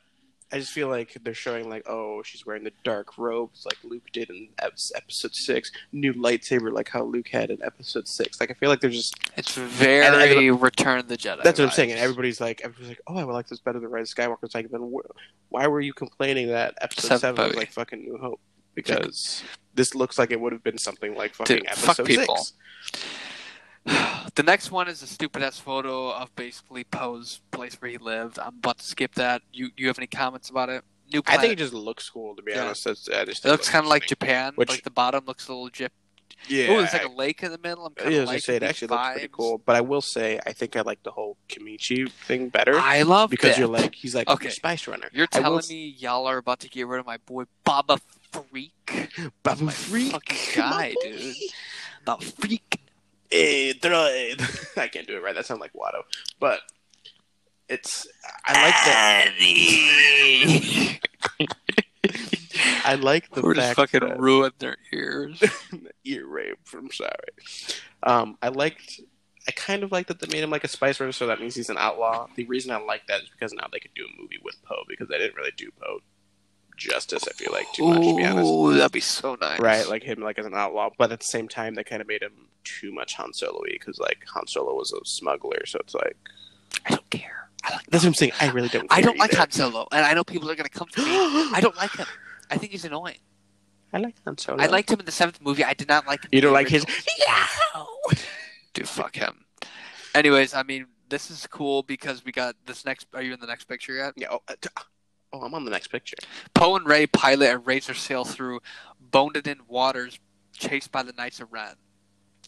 Speaker 1: I just feel like they're showing like, oh, she's wearing the dark robes like Luke did in ep- episode six, new lightsaber like how Luke had in episode six. Like I feel like they're just
Speaker 2: it's very Return of the Jedi.
Speaker 1: that's what I'm saying,
Speaker 2: vibes.
Speaker 1: and everybody's like, everybody's like, oh, I would like this better than Rise of Skywalker. It's like, then wh- why were you complaining that episode
Speaker 2: Seven,
Speaker 1: seven was
Speaker 2: baby.
Speaker 1: like fucking New Hope? Because this looks like it would have been something like fucking
Speaker 2: Dude, fuck
Speaker 1: episode
Speaker 2: people.
Speaker 1: six.
Speaker 2: the next one is a stupid ass photo of basically Poe's place where he lived. I'm about to skip that. You you have any comments about it? New
Speaker 1: I
Speaker 2: planet.
Speaker 1: think it just looks cool to be
Speaker 2: Yeah.
Speaker 1: honest. That's, I just
Speaker 2: it looks kind of like Japan.
Speaker 1: Which-
Speaker 2: like the bottom looks a little Jap.
Speaker 1: yeah.
Speaker 2: Oh, there's like a lake in the middle. I'm kind
Speaker 1: yeah,
Speaker 2: of
Speaker 1: as I
Speaker 2: like
Speaker 1: say, it actually looks pretty cool. But I will say, I think I like the whole Kamichi thing better
Speaker 2: I love
Speaker 1: because
Speaker 2: that.
Speaker 1: you're like, he's like,
Speaker 2: Okay.
Speaker 1: okay, Spice Runner.
Speaker 2: You're
Speaker 1: I will
Speaker 2: telling me y'all are about to get rid of my boy Baba Freak,
Speaker 1: Babu
Speaker 2: my
Speaker 1: Freak,
Speaker 2: fucking
Speaker 1: come on,
Speaker 2: guy,
Speaker 1: boy.
Speaker 2: dude. the Freak.
Speaker 1: Hey, droid. I can't do Eh, it right. That sounds like Watto. But it's, I like that.
Speaker 2: Annie.
Speaker 1: I like the
Speaker 2: We're just
Speaker 1: fact
Speaker 2: fucking
Speaker 1: that
Speaker 2: ruined their ears.
Speaker 1: ear rape. I'm sorry. Um, I liked. I kind of like that they made him like a Spice Runner, so that means he's an outlaw. The reason I like that is because now they could do a movie with Poe because they didn't really do Poe justice. I feel like too much. To be honest,
Speaker 2: Ooh, that'd be so nice.
Speaker 1: right? Like him, like as an outlaw, but at the same time, that kind of made him too much Han Solo because like Han Solo was a smuggler, so it's like
Speaker 2: I don't care. I like.
Speaker 1: that's what I'm saying. I really don't.
Speaker 2: I
Speaker 1: care
Speaker 2: don't like
Speaker 1: either.
Speaker 2: Han Solo, and I know people are gonna come for me. I don't like him. I think he's annoying.
Speaker 1: I like Han Solo.
Speaker 2: I liked him in the seventh movie. I did not like. Him
Speaker 1: You
Speaker 2: in
Speaker 1: don't
Speaker 2: the
Speaker 1: like his?
Speaker 2: original. Dude, fuck him. Anyways, I mean, this is cool because we got this next. Are you in the next picture yet?
Speaker 1: Yeah. Oh, uh, t- oh, I'm on the next picture.
Speaker 2: Poe and Ray pilot a razor sail through boned in waters, chased by the Knights of Ren.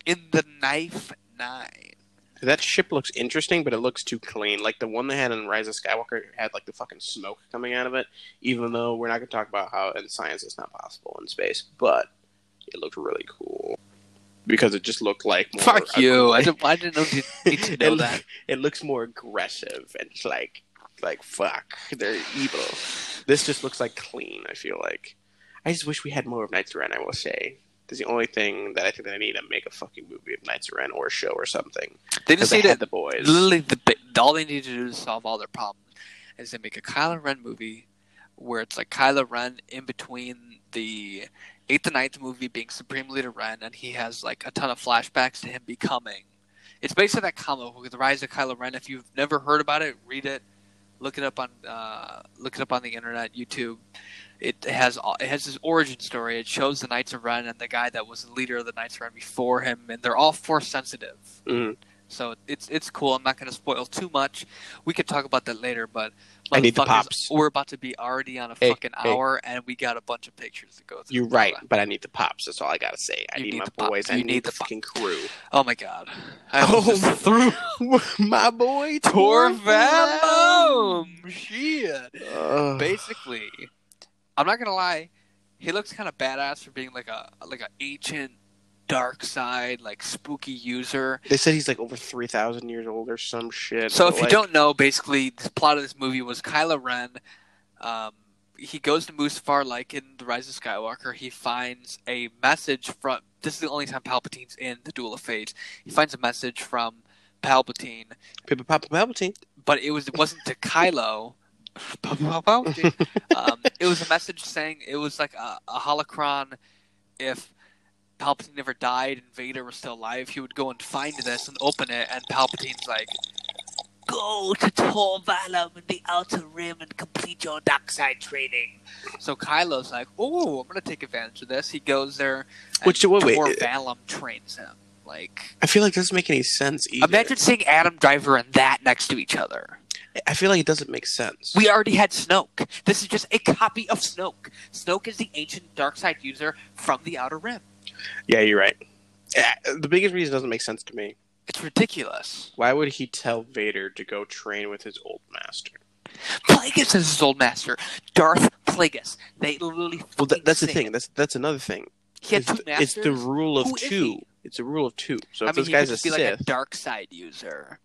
Speaker 2: In the Knife Nine.
Speaker 1: That ship looks interesting, but it looks too clean. Like the one they had in Rise of Skywalker had like the fucking smoke coming out of it. Even though we're not gonna talk about how in science it's not possible in space, but it looked really cool because it just looked like more
Speaker 2: Fuck you! I
Speaker 1: aggressive.
Speaker 2: didn't. I didn't know you need to know
Speaker 1: it,
Speaker 2: that.
Speaker 1: it looks more aggressive and it's like like fuck, they're evil. This just looks like clean. I feel like I just wish we had more of Knights of Ren. I will say. That's the only thing that I think that I need to make a fucking movie of Knights of Ren or a show or something.
Speaker 2: They
Speaker 1: Because
Speaker 2: just
Speaker 1: they
Speaker 2: need to
Speaker 1: had the boys.
Speaker 2: literally the bi- all they need to do to solve all their problems is they make a Kylo Ren movie where it's like Kylo Ren in between the eighth and ninth movie being Supreme Leader Ren, and he has like a ton of flashbacks to him becoming. It's based on that comic book, The Rise of Kylo Ren. If you've never heard about it, read it. Look it up on uh, look it up on the internet, YouTube. It has all, it has his origin story. It shows the Knights of Ren and the guy that was the leader of the Knights of Ren before him, and they're all force sensitive.
Speaker 1: Mm.
Speaker 2: So it's it's cool. I'm not going to spoil too much. We could talk about that later, but
Speaker 1: I need the
Speaker 2: motherfuckers,
Speaker 1: pops.
Speaker 2: We're about to be already on a
Speaker 1: Hey,
Speaker 2: fucking
Speaker 1: hey.
Speaker 2: hour, and we got a bunch of pictures to go through.
Speaker 1: You're right, but I need the pops. That's all I gotta say. I
Speaker 2: You
Speaker 1: need,
Speaker 2: need
Speaker 1: my
Speaker 2: the pop-
Speaker 1: boys. I
Speaker 2: you
Speaker 1: need,
Speaker 2: need
Speaker 1: the,
Speaker 2: the pop.
Speaker 1: fucking crew.
Speaker 2: Oh my god! I
Speaker 1: Oh,
Speaker 2: almost just threw
Speaker 1: my boy
Speaker 2: Tor Valum. Shit.
Speaker 1: Ugh.
Speaker 2: Basically, I'm not gonna lie. He looks kind of badass for being like a like an ancient dark side like spooky user.
Speaker 1: They said he's like over three thousand years old or some shit.
Speaker 2: So if
Speaker 1: but,
Speaker 2: you
Speaker 1: like,
Speaker 2: don't know, basically the plot of this movie was Kylo Ren. Um, he goes to Mustafar, like in The Rise of Skywalker. He finds a message from. This is the only time Palpatine's in the Duel of Fates. He finds a message from Palpatine,
Speaker 1: Pippa Papa Palpatine,
Speaker 2: but it was it wasn't to Kylo. Palpatine. um, it was a message saying it was like a, a holocron. If Palpatine never died and Vader was still alive, he would go and find this and open it, and Palpatine's like, "Go to Tor Valum in the Outer Rim and complete your dark side training." So Kylo's like, "Oh, I'm gonna take advantage of this." He goes there, and
Speaker 1: Which- wait, wait,
Speaker 2: Tor
Speaker 1: uh,
Speaker 2: Valum trains him. Like,
Speaker 1: I feel like it doesn't make any sense either.
Speaker 2: imagine seeing Adam Driver and that next to each other.
Speaker 1: I feel like it doesn't make sense.
Speaker 2: We already had Snoke. This is just a copy of Snoke. Snoke is the ancient dark side user from the Outer Rim.
Speaker 1: yeah, you're right. Yeah, The biggest reason it doesn't make sense to me.
Speaker 2: It's ridiculous.
Speaker 1: Why would he tell Vader to go train with his old master?
Speaker 2: Plagueis is his old master, Darth Plagueis. They literally.
Speaker 1: Well,
Speaker 2: fucking
Speaker 1: that, that's the
Speaker 2: sing.
Speaker 1: thing. That's that's another thing.
Speaker 2: He had
Speaker 1: it's,
Speaker 2: two
Speaker 1: the-
Speaker 2: masters.
Speaker 1: it's the rule of
Speaker 2: Who is
Speaker 1: two.
Speaker 2: he?
Speaker 1: It's a rule of two. So
Speaker 2: I
Speaker 1: if
Speaker 2: mean,
Speaker 1: this
Speaker 2: he could
Speaker 1: guy's a
Speaker 2: just be
Speaker 1: Sith,
Speaker 2: like a dark side user.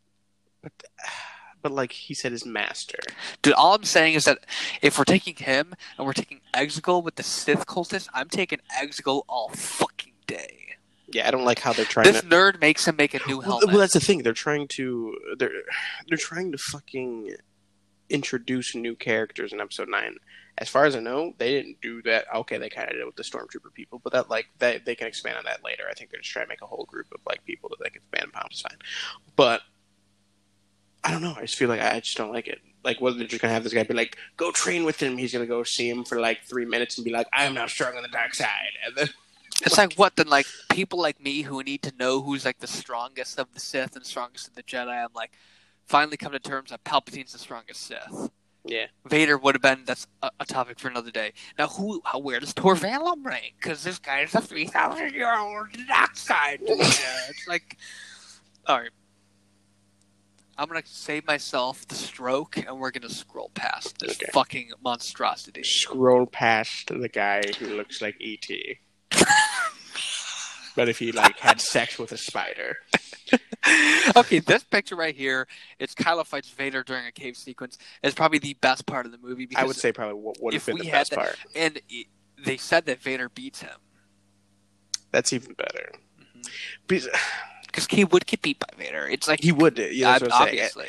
Speaker 1: but like he said, his master.
Speaker 2: Dude, all I'm saying is that if we're taking him and we're taking Exegol with the Sith cultist, I'm taking Exegol all fucking day.
Speaker 1: Yeah, I don't like how they're trying
Speaker 2: This
Speaker 1: to.
Speaker 2: nerd makes him make a new
Speaker 1: Well,
Speaker 2: helmet.
Speaker 1: well, that's the thing. They're trying to they're they're trying to fucking introduce new characters in Episode Nine. As far as I know, they didn't do that. Okay, they kind of did with the stormtrooper people, but that like that they can expand on that later. I think they're just trying to make a whole group of like people that they can expand upon. It's fine, but I don't know. I just feel like I I just don't like it. Like, what they're just gonna have this guy be like, "Go train with him." He's gonna go see him for like three minutes and be like, "I am now strong on the dark side," and then
Speaker 2: It's like what then? Like people like me who need to know who's like the strongest of the Sith and strongest of the Jedi. I'm like, finally come to terms that Palpatine's the strongest Sith.
Speaker 1: yeah,
Speaker 2: Vader would have been. That's a, a topic for another day. Now, who? How, where does Tor Valum rank? Because this guy is a three thousand year old dark side. warrior. it's like, all right. I'm gonna save myself the stroke, and we're gonna scroll past this
Speaker 1: Okay.
Speaker 2: fucking monstrosity.
Speaker 1: scroll past the guy who looks like ET. but if he like had sex with a spider,
Speaker 2: okay, this picture right here, it's Kylo fights Vader during a cave sequence. It's probably the best part of the movie because
Speaker 1: I would say probably what would have
Speaker 2: if
Speaker 1: been
Speaker 2: we
Speaker 1: the
Speaker 2: had
Speaker 1: best
Speaker 2: that-
Speaker 1: part.
Speaker 2: and it, they said that Vader beats him
Speaker 1: That's even better.
Speaker 2: Mhm.
Speaker 1: Because-
Speaker 2: because he would get beat by Vader. It's like
Speaker 1: He would, yeah, that's
Speaker 2: ob-
Speaker 1: what I'm saying.
Speaker 2: obviously.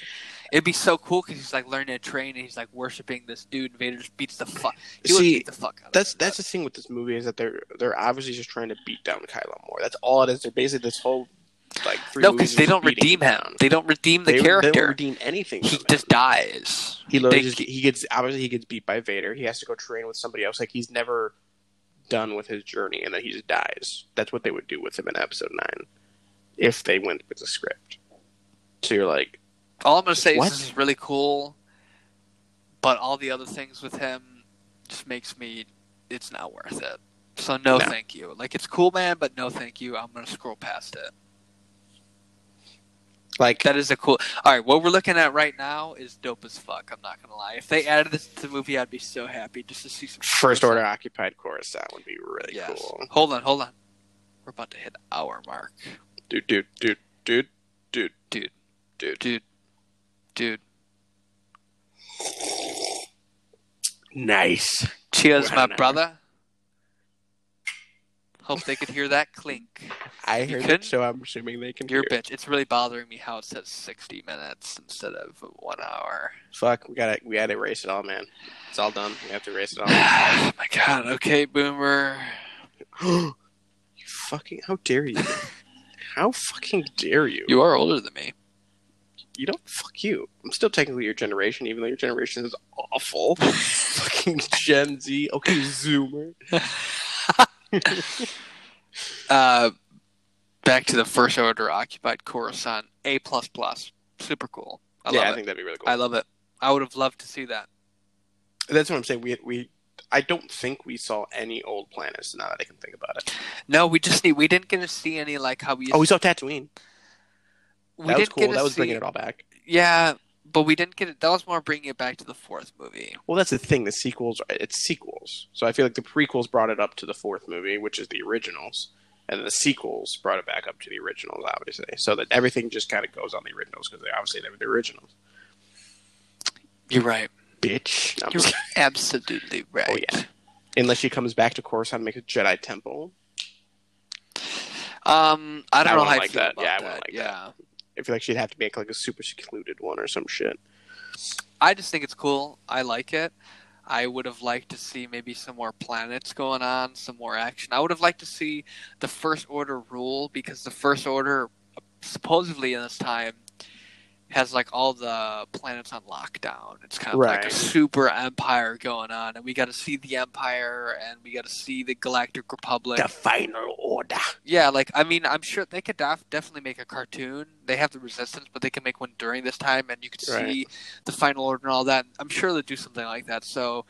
Speaker 2: It'd be so cool because he's like learning to train and he's like worshiping this dude. And Vader just beats the fuck. He would
Speaker 1: See,
Speaker 2: beat the fuck out. of
Speaker 1: That's
Speaker 2: him.
Speaker 1: that's the thing with this movie is that they're they're obviously just trying to beat down Kylo Moore. That's all it is. They're basically this whole like three
Speaker 2: no,
Speaker 1: because
Speaker 2: because they don't redeem him. They don't redeem the
Speaker 1: they,
Speaker 2: character.
Speaker 1: They don't redeem anything.
Speaker 2: he
Speaker 1: from him.
Speaker 2: just dies.
Speaker 1: He literally
Speaker 2: they-
Speaker 1: just, he gets obviously he gets beat by Vader. He has to go train with somebody else. Like he's never done with his journey, and then he just dies. That's what they would do with him in Episode Nine, if they went with the script. So you're like,
Speaker 2: All I'm gonna say
Speaker 1: What?
Speaker 2: is this is really cool, but all the other things with him just makes me. It's not worth it. So
Speaker 1: No.
Speaker 2: no, thank you. Like it's cool, man, but no, thank you. I'm gonna scroll past it.
Speaker 1: like
Speaker 2: That is a cool. All right, what we're looking at right now is dope as fuck. I'm not gonna lie. If they added this to the movie, I'd be so happy just to see some
Speaker 1: First Order occupied Coruscant would be really
Speaker 2: Yes.
Speaker 1: cool.
Speaker 2: Hold on, hold on. We're about to hit our mark,
Speaker 1: Dude, dude, dude, dude, dude, dude.
Speaker 2: Dude. dude. Dude,
Speaker 1: Nice.
Speaker 2: cheers,
Speaker 1: Wow,
Speaker 2: my
Speaker 1: no.
Speaker 2: brother. Hope they could hear that clink.
Speaker 1: I
Speaker 2: You
Speaker 1: heard
Speaker 2: couldn't?
Speaker 1: it, so I'm assuming they can
Speaker 2: You're
Speaker 1: hear.
Speaker 2: a
Speaker 1: it.
Speaker 2: bitch. It's really bothering me how it says 60 minutes instead of one hour.
Speaker 1: Fuck, we gotta we gotta erase it all, man. It's all done. We have to erase it
Speaker 2: oh my god. Okay, Boomer.
Speaker 1: all. you fucking! How dare you? How fucking dare you?
Speaker 2: You are older than me.
Speaker 1: you don't fuck you. I'm still technically your generation, even though your generation is awful. Fucking Gen Z. Okay, Zoomer.
Speaker 2: Uh, back to the first order occupied Coruscant. A plus plus. Super cool. I
Speaker 1: yeah,
Speaker 2: love
Speaker 1: I
Speaker 2: it.
Speaker 1: think that'd be really cool.
Speaker 2: I love it. I would have loved to see that.
Speaker 1: That's what I'm saying. We we I don't think we saw any old planets now that I can think about it.
Speaker 2: No, we just need. We didn't get to see any like how we.
Speaker 1: Oh, we saw Tatooine. That
Speaker 2: we
Speaker 1: was
Speaker 2: didn't get
Speaker 1: cool.
Speaker 2: to
Speaker 1: That was
Speaker 2: see,
Speaker 1: bringing it all back.
Speaker 2: Yeah, but we didn't get it. That was more bringing it back to the fourth movie.
Speaker 1: Well, that's the thing. The sequels, it's sequels. So I feel like the prequels brought it up to the fourth movie, which is the originals, and the sequels brought it back up to the originals, obviously. So that everything just kind of goes on the originals because they obviously they were the originals.
Speaker 2: You're right.
Speaker 1: Bitch. I'm
Speaker 2: You're
Speaker 1: just-
Speaker 2: absolutely right.
Speaker 1: Oh, yeah. Um, Unless she comes back to Coruscant and makes a Jedi temple.
Speaker 2: Um, I don't
Speaker 1: I
Speaker 2: know
Speaker 1: wouldn't
Speaker 2: how I
Speaker 1: like
Speaker 2: feel
Speaker 1: that.
Speaker 2: about
Speaker 1: Yeah, I
Speaker 2: that.
Speaker 1: wouldn't like that.
Speaker 2: yeah.
Speaker 1: I feel like she'd have to make like a super secluded one or some shit.
Speaker 2: I just think it's cool. I like it. I would have liked to see maybe some more planets going on, some more action. I would have liked to see the First Order rule because the First Order, supposedly in this time, has like all the planets on lockdown. It's kind of like a
Speaker 1: Right.
Speaker 2: super empire going on, and we got to see the Empire and we got to see the Galactic Republic.
Speaker 1: the final order.
Speaker 2: Yeah, like I mean, I'm sure they could def- definitely make a cartoon. They have the Resistance, but they can make one during this time, and you can
Speaker 1: Right.
Speaker 2: see the Final Order and all that. I'm sure they'll do something like that. So,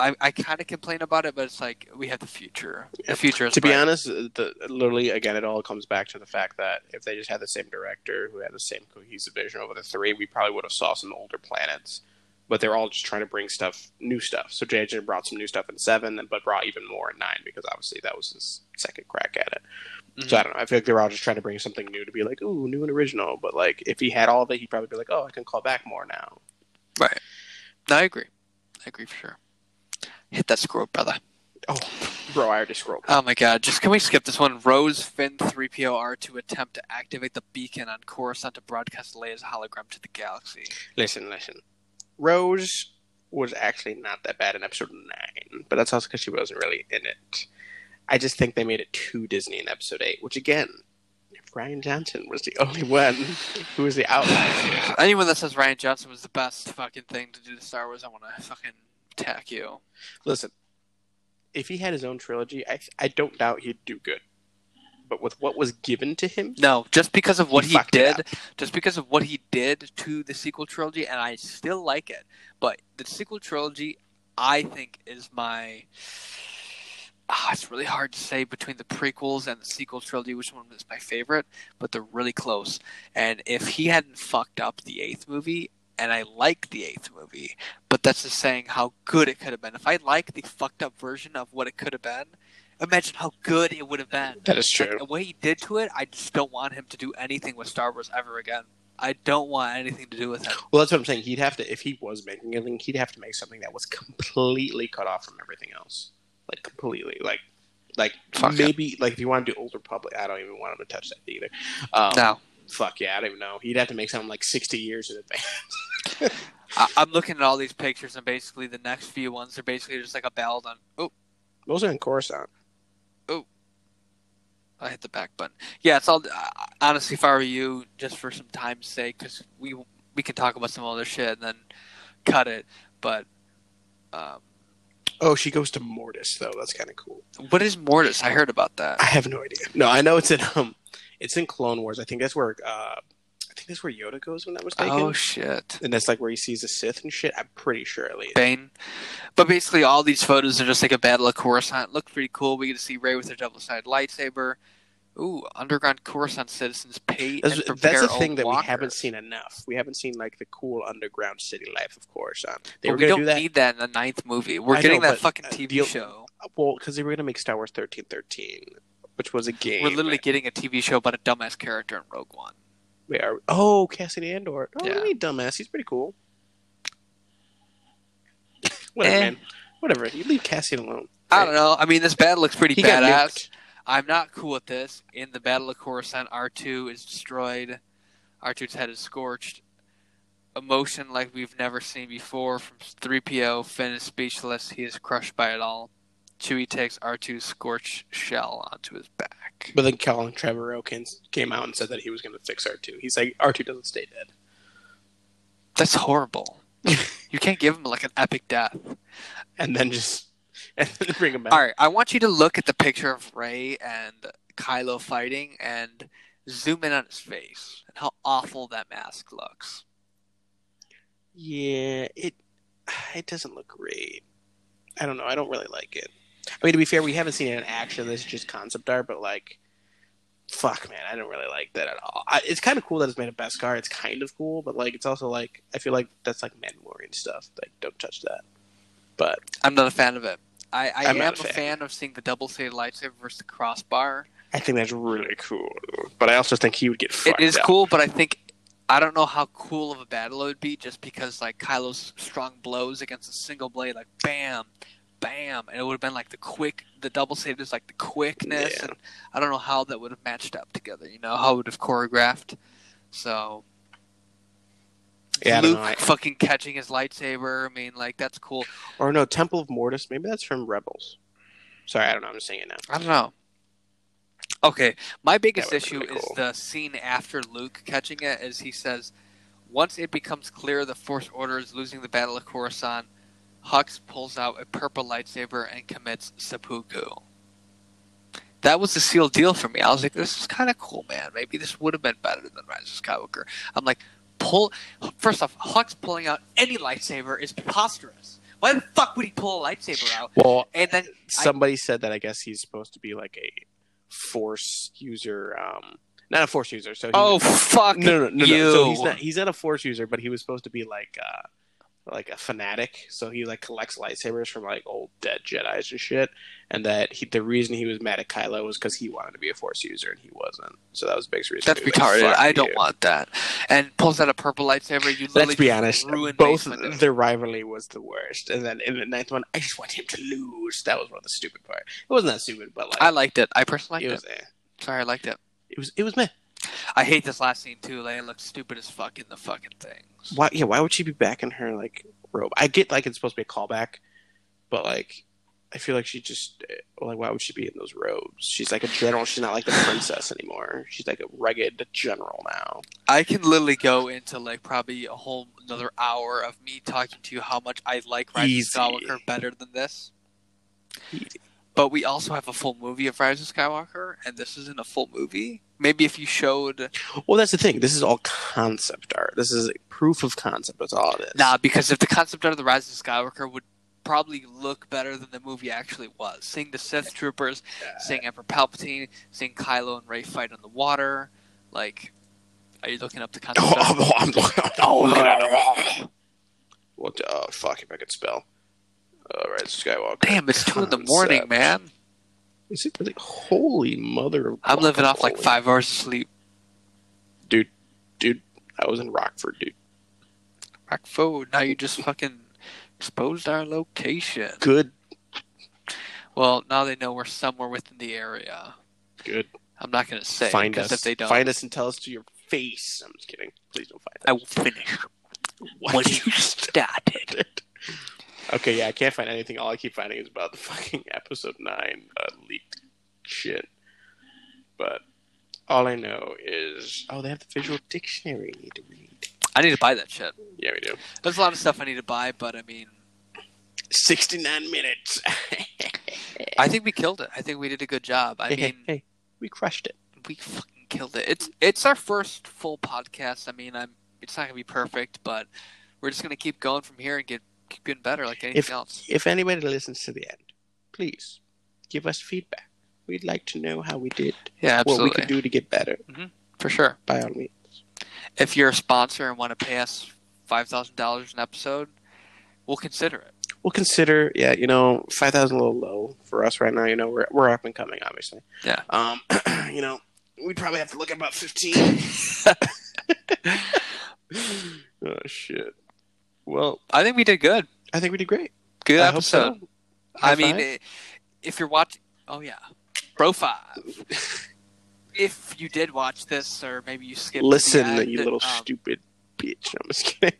Speaker 2: I I kind of complain about it, but it's like we have the future. The future is
Speaker 1: To be
Speaker 2: bright.
Speaker 1: honest, the, literally again, it all comes back to the fact that if they just had the same director who had the same cohesive vision over the three, we probably would have saw some older planets. But they're all just trying to bring stuff, new stuff. So JJ brought some new stuff in seven, but brought even more in nine because obviously that was his second crack at it. So I don't know. I feel like they were all just trying to bring something new to be like, ooh, new and original. But like, if he had all of it, he'd probably be like, oh, I can call back more now.
Speaker 2: right? No, I agree. I agree for sure. Hit that scroll, brother.
Speaker 1: Oh, bro, I already scrolled.
Speaker 2: Oh my god, just can we skip this one? Rose Finn 3POR to attempt to activate the beacon on Coruscant to broadcast Leia's hologram to the galaxy.
Speaker 1: Listen, listen. Rose was actually not that bad in episode nine, but that's also because she wasn't really in it. I just think they made it too Disney in episode eight, which again, if Ryan Johnson was the only one who was the outlier,
Speaker 2: Anyone that says Ryan Johnson was the best fucking thing to do to Star Wars, I want to fucking attack you.
Speaker 1: listen. If he had his own trilogy, I I don't doubt he'd do good. But with what was given to him,
Speaker 2: No, just because of what
Speaker 1: He
Speaker 2: he,
Speaker 1: fucked it
Speaker 2: did, just because of what he did to the sequel trilogy, and I still like it. But the sequel trilogy, I think, is my. Ah, it's really hard to say between the prequels and the sequel trilogy which one is my favorite, but they're really close. And if he hadn't fucked up the eighth movie, and I like the eighth movie, but that's just saying how good it could have been. If I like the fucked up version of what it could have been, imagine how good it would have been.
Speaker 1: that is
Speaker 2: Like, the way he did to it, I just don't want him to do anything with Star Wars ever again. I don't want anything to do with him.
Speaker 1: Well, that's what I'm saying. He'd have to, if he was making anything, he'd have to make something that was completely cut off from everything else, like completely, like, like
Speaker 2: Fuck it.
Speaker 1: maybe, like if you want to do Old Republic, I don't even want him to touch that either. Um,
Speaker 2: No,
Speaker 1: fuck yeah, I don't even know. He'd have to make something like sixty years in advance.
Speaker 2: I, I'm looking at all these pictures, and basically the next few ones are basically just like a ballad on. Oh,
Speaker 1: Those are in Coruscant.
Speaker 2: I hit the back button. Yeah, it's all. I- Honestly, if I were you, just for some time's sake, because we we can talk about some other shit and then cut it. But um,
Speaker 1: Oh, she goes to Mortis though. That's kind of cool.
Speaker 2: what is Mortis? I heard about
Speaker 1: I
Speaker 2: that.
Speaker 1: have no idea. No, I know it's in um, it's in Clone Wars. I think that's where uh, I think that's where Yoda goes when that was taken.
Speaker 2: Oh shit,
Speaker 1: and that's like where he sees a Sith and shit. I'm pretty sure at least.
Speaker 2: Bane. But basically, all these photos are just like a battle of Coruscant. Looked pretty cool. We get to see Ray with her double-sided lightsaber. Ooh, underground Coruscant citizens pay
Speaker 1: That's,
Speaker 2: and prepare
Speaker 1: that's a
Speaker 2: own
Speaker 1: thing that we
Speaker 2: walkers.
Speaker 1: haven't seen enough. We haven't seen like the cool underground city life of Coruscant. They
Speaker 2: But
Speaker 1: were
Speaker 2: we
Speaker 1: going
Speaker 2: don't
Speaker 1: to do that.
Speaker 2: need that in the ninth movie. We're
Speaker 1: I know,
Speaker 2: getting that
Speaker 1: but,
Speaker 2: fucking
Speaker 1: uh,
Speaker 2: TV
Speaker 1: deal-
Speaker 2: show.
Speaker 1: Well, because they were going to make Star Wars 1313, which was a game.
Speaker 2: We're literally getting a TV show about a dumbass character in Rogue One.
Speaker 1: We are- oh, Cassidy Andor. Oh,
Speaker 2: Yeah.
Speaker 1: yeah. dumbass. He's pretty cool. Whatever,
Speaker 2: Eh.
Speaker 1: man. Whatever. You leave Cassidy alone.
Speaker 2: I don't know. I mean, this battle looks pretty
Speaker 1: He got
Speaker 2: badass.
Speaker 1: nuked.
Speaker 2: I'm not cool with this. In the Battle of Coruscant, R2 is destroyed. R2's head is scorched. Emotion like we've never seen before from 3PO. Finn is speechless. He is crushed by it all. Chewie takes R2's scorched shell onto his back.
Speaker 1: But then Colin Trevor Okins came out and said that he was going to fix R2. He's like, R2 doesn't stay dead.
Speaker 2: That's horrible. you can't give him like an epic death.
Speaker 1: And then just and then bring him back.
Speaker 2: All right, I want you to look at the picture of Ray and Kylo fighting and zoom in on his face and how awful that mask looks.
Speaker 1: Yeah, it it doesn't look great. I don't know. I don't really like it. I mean, to be fair, we haven't seen it in action. This is just concept art, but like, fuck, man, I don't really like that at all. I, it's kind of cool that it's made of Beskar. It's kind of cool, but like, it's also like I feel like that's like Mandalorian stuff. Like, don't touch that. But
Speaker 2: I'm not a fan of it. I, I
Speaker 1: I'm
Speaker 2: am
Speaker 1: not
Speaker 2: a
Speaker 1: a fan.
Speaker 2: fan of seeing the double sided lightsaber versus the crossbar.
Speaker 1: I think that's really cool. But I also think he would get fucked.
Speaker 2: it is
Speaker 1: up.
Speaker 2: cool, but I think I don't know how cool of a battle it would be just because like Kylo's strong blows against a single blade, like bam, bam, and it would have been like the quick the double sided is like the quickness
Speaker 1: Yeah.
Speaker 2: and I don't know how that would have matched up together, you know, how it would have choreographed. So
Speaker 1: Yeah, I don't
Speaker 2: Luke
Speaker 1: know. I-
Speaker 2: fucking catching his lightsaber, I mean like that's cool.
Speaker 1: Or no, Temple of Mortis. Maybe that's from Rebels. Sorry, I don't know. I'm just saying it now.
Speaker 2: I don't know. Okay, my biggest
Speaker 1: would've
Speaker 2: issue
Speaker 1: been
Speaker 2: is
Speaker 1: cool.
Speaker 2: the scene after Luke catching it, as he says, "Once it becomes clear the Force Order is losing the Battle of Coruscant, Hux pulls out a purple lightsaber and commits seppuku." That was the sealed deal for me. I was like, "This is kind of cool, man. Maybe this would have been better than Rise of Skywalker." I'm like, "Pull." First off, Hux pulling out any lightsaber is preposterous. Why the fuck would he pull a lightsaber out?
Speaker 1: Well,
Speaker 2: And then
Speaker 1: somebody said that I guess he's supposed to be like a force user, um, not a force user. So he,
Speaker 2: Oh fuck!
Speaker 1: no, no, no,
Speaker 2: you.
Speaker 1: no. So he's not he's not a force user, but he was supposed to be like uh, like a fanatic. So he like collects lightsabers from like old dead Jedi's and shit. And that he, the reason he was mad at Kylo was because he wanted to be a force user and he wasn't. So that was the biggest reason.
Speaker 2: That's
Speaker 1: He was like,
Speaker 2: retarded.
Speaker 1: "Fuck
Speaker 2: I
Speaker 1: you."
Speaker 2: don't want that. And pulls out a purple lightsaber. You literally
Speaker 1: Let's be
Speaker 2: just
Speaker 1: honest.
Speaker 2: Ruin
Speaker 1: Both
Speaker 2: Mace Windu.
Speaker 1: their rivalry was the worst, and then in the ninth one, I just want him to lose. That was one of the stupid part. It wasn't that stupid, but like
Speaker 2: I liked it. I personally
Speaker 1: it
Speaker 2: liked
Speaker 1: was.
Speaker 2: it.
Speaker 1: eh.
Speaker 2: Sorry, I liked it.
Speaker 1: It was it was meh.
Speaker 2: I hate this last scene too. Leia looks stupid as fuck in the fucking things.
Speaker 1: Why yeah, why would she be back in her like robe? I get like it's supposed to be a callback, but like I feel like she just eh, like why would she be in those robes? She's like a general, she's not like the princess anymore. She's like a rugged general now.
Speaker 2: I can literally go into like probably a whole another hour of me talking to you how much I like Rise
Speaker 1: Easy.
Speaker 2: of Skywalker better than this.
Speaker 1: Easy.
Speaker 2: But we also have a full movie of Rise of Skywalker, and this isn't a full movie. Maybe if you showed
Speaker 1: Well that's the thing. This is all concept art. This is proof of concept, that's all it is.
Speaker 2: Nah, because if the concept art of the Rise of Skywalker would probably look better than the movie actually was. Seeing the Sith troopers, seeing Emperor Palpatine, seeing Kylo and Ray fight on the water, like, are you looking up the concept
Speaker 1: Oh,
Speaker 2: art?
Speaker 1: I'm- I'm looking- oh, look at that. What? the- Oh, fuck! If I could spell. All right, Skywalker.
Speaker 2: Damn, it's two in the morning,
Speaker 1: Concept.
Speaker 2: man.
Speaker 1: Is it really? Holy mother of!
Speaker 2: I'm living off like
Speaker 1: guacamole.
Speaker 2: five hours of sleep.
Speaker 1: dude. Dude, I was in Rockford, dude.
Speaker 2: Rock food. Now you just fucking exposed our location.
Speaker 1: Good,
Speaker 2: Well, now they know we're somewhere within the area.
Speaker 1: good.
Speaker 2: I'm not gonna say
Speaker 1: Find
Speaker 2: 'cause
Speaker 1: us.
Speaker 2: if they don't.
Speaker 1: Find us and tell us to your face. I'm just kidding. Please don't find that.
Speaker 2: I will finish
Speaker 1: What you
Speaker 2: started.
Speaker 1: did. Okay, yeah, I can't find anything. All I keep finding is about the fucking episode nine uh, leaked shit. But all I know is oh, they have the visual dictionary you need to read.
Speaker 2: I need to buy that shit.
Speaker 1: Yeah, we do.
Speaker 2: There's a lot of stuff I need to buy, but I mean,
Speaker 1: Sixty nine minutes.
Speaker 2: I think we killed it. I think we did a good job. I
Speaker 1: hey, hey,
Speaker 2: mean,
Speaker 1: hey, we crushed it.
Speaker 2: we fucking killed it. It's it's our first full podcast. I mean, I'm it's not gonna be perfect, but we're just gonna keep going from here and get keep getting better like anything else.
Speaker 1: If anybody listens to the end, please give us feedback. We'd like to know how we did,
Speaker 2: Yeah,
Speaker 1: what we could do to get better.
Speaker 2: for sure.
Speaker 1: By all means.
Speaker 2: If you're a sponsor and want to pay us five thousand dollars an episode, we'll consider it.
Speaker 1: we'll consider yeah you know 5000 a little low for us right now you know we're, we're up and coming obviously
Speaker 2: Yeah.
Speaker 1: um you know we'd probably have to look at about 15 oh shit well
Speaker 2: I think we did good.
Speaker 1: i think we did great
Speaker 2: Good
Speaker 1: I hope
Speaker 2: episode.
Speaker 1: so.
Speaker 2: I
Speaker 1: High
Speaker 2: mean,
Speaker 1: five.
Speaker 2: i if you're watching, oh yeah, profile. if you did watch this, or maybe you skipped,
Speaker 1: listen
Speaker 2: the
Speaker 1: you
Speaker 2: end,
Speaker 1: little
Speaker 2: um,
Speaker 1: stupid bitch i'm just kidding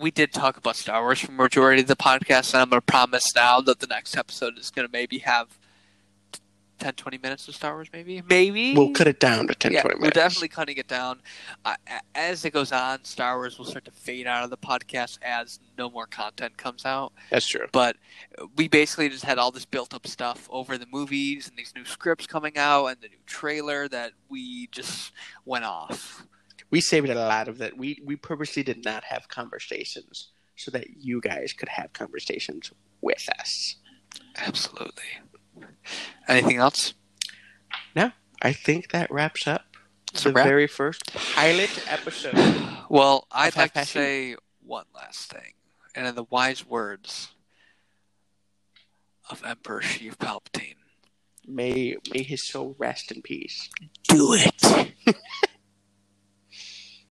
Speaker 2: we did talk about Star Wars for majority of the podcast, and I'm going to promise now that the next episode is going to maybe have 10, 20 minutes of Star Wars, maybe, maybe.
Speaker 1: we'll cut it down to 10
Speaker 2: yeah,
Speaker 1: 20
Speaker 2: we're
Speaker 1: minutes
Speaker 2: definitely cutting it down. Uh, as it goes on, Star Wars will start to fade out of the podcast as no more content comes out.
Speaker 1: that's true
Speaker 2: but we basically just had all this built up stuff over the movies and these new scripts coming out and the new trailer that we just went off.
Speaker 1: we saved a lot of that we we purposely did not have conversations so that you guys could have conversations with us
Speaker 2: Absolutely. Anything else?
Speaker 1: i think that wraps up
Speaker 2: It's a
Speaker 1: the
Speaker 2: wrap.
Speaker 1: very first pilot episode.
Speaker 2: Well, I'd
Speaker 1: Of
Speaker 2: like to
Speaker 1: Half-Past
Speaker 2: say one last thing, and in the wise words of Emperor Sheev Palpatine,
Speaker 1: May may his soul rest in peace.
Speaker 2: do it.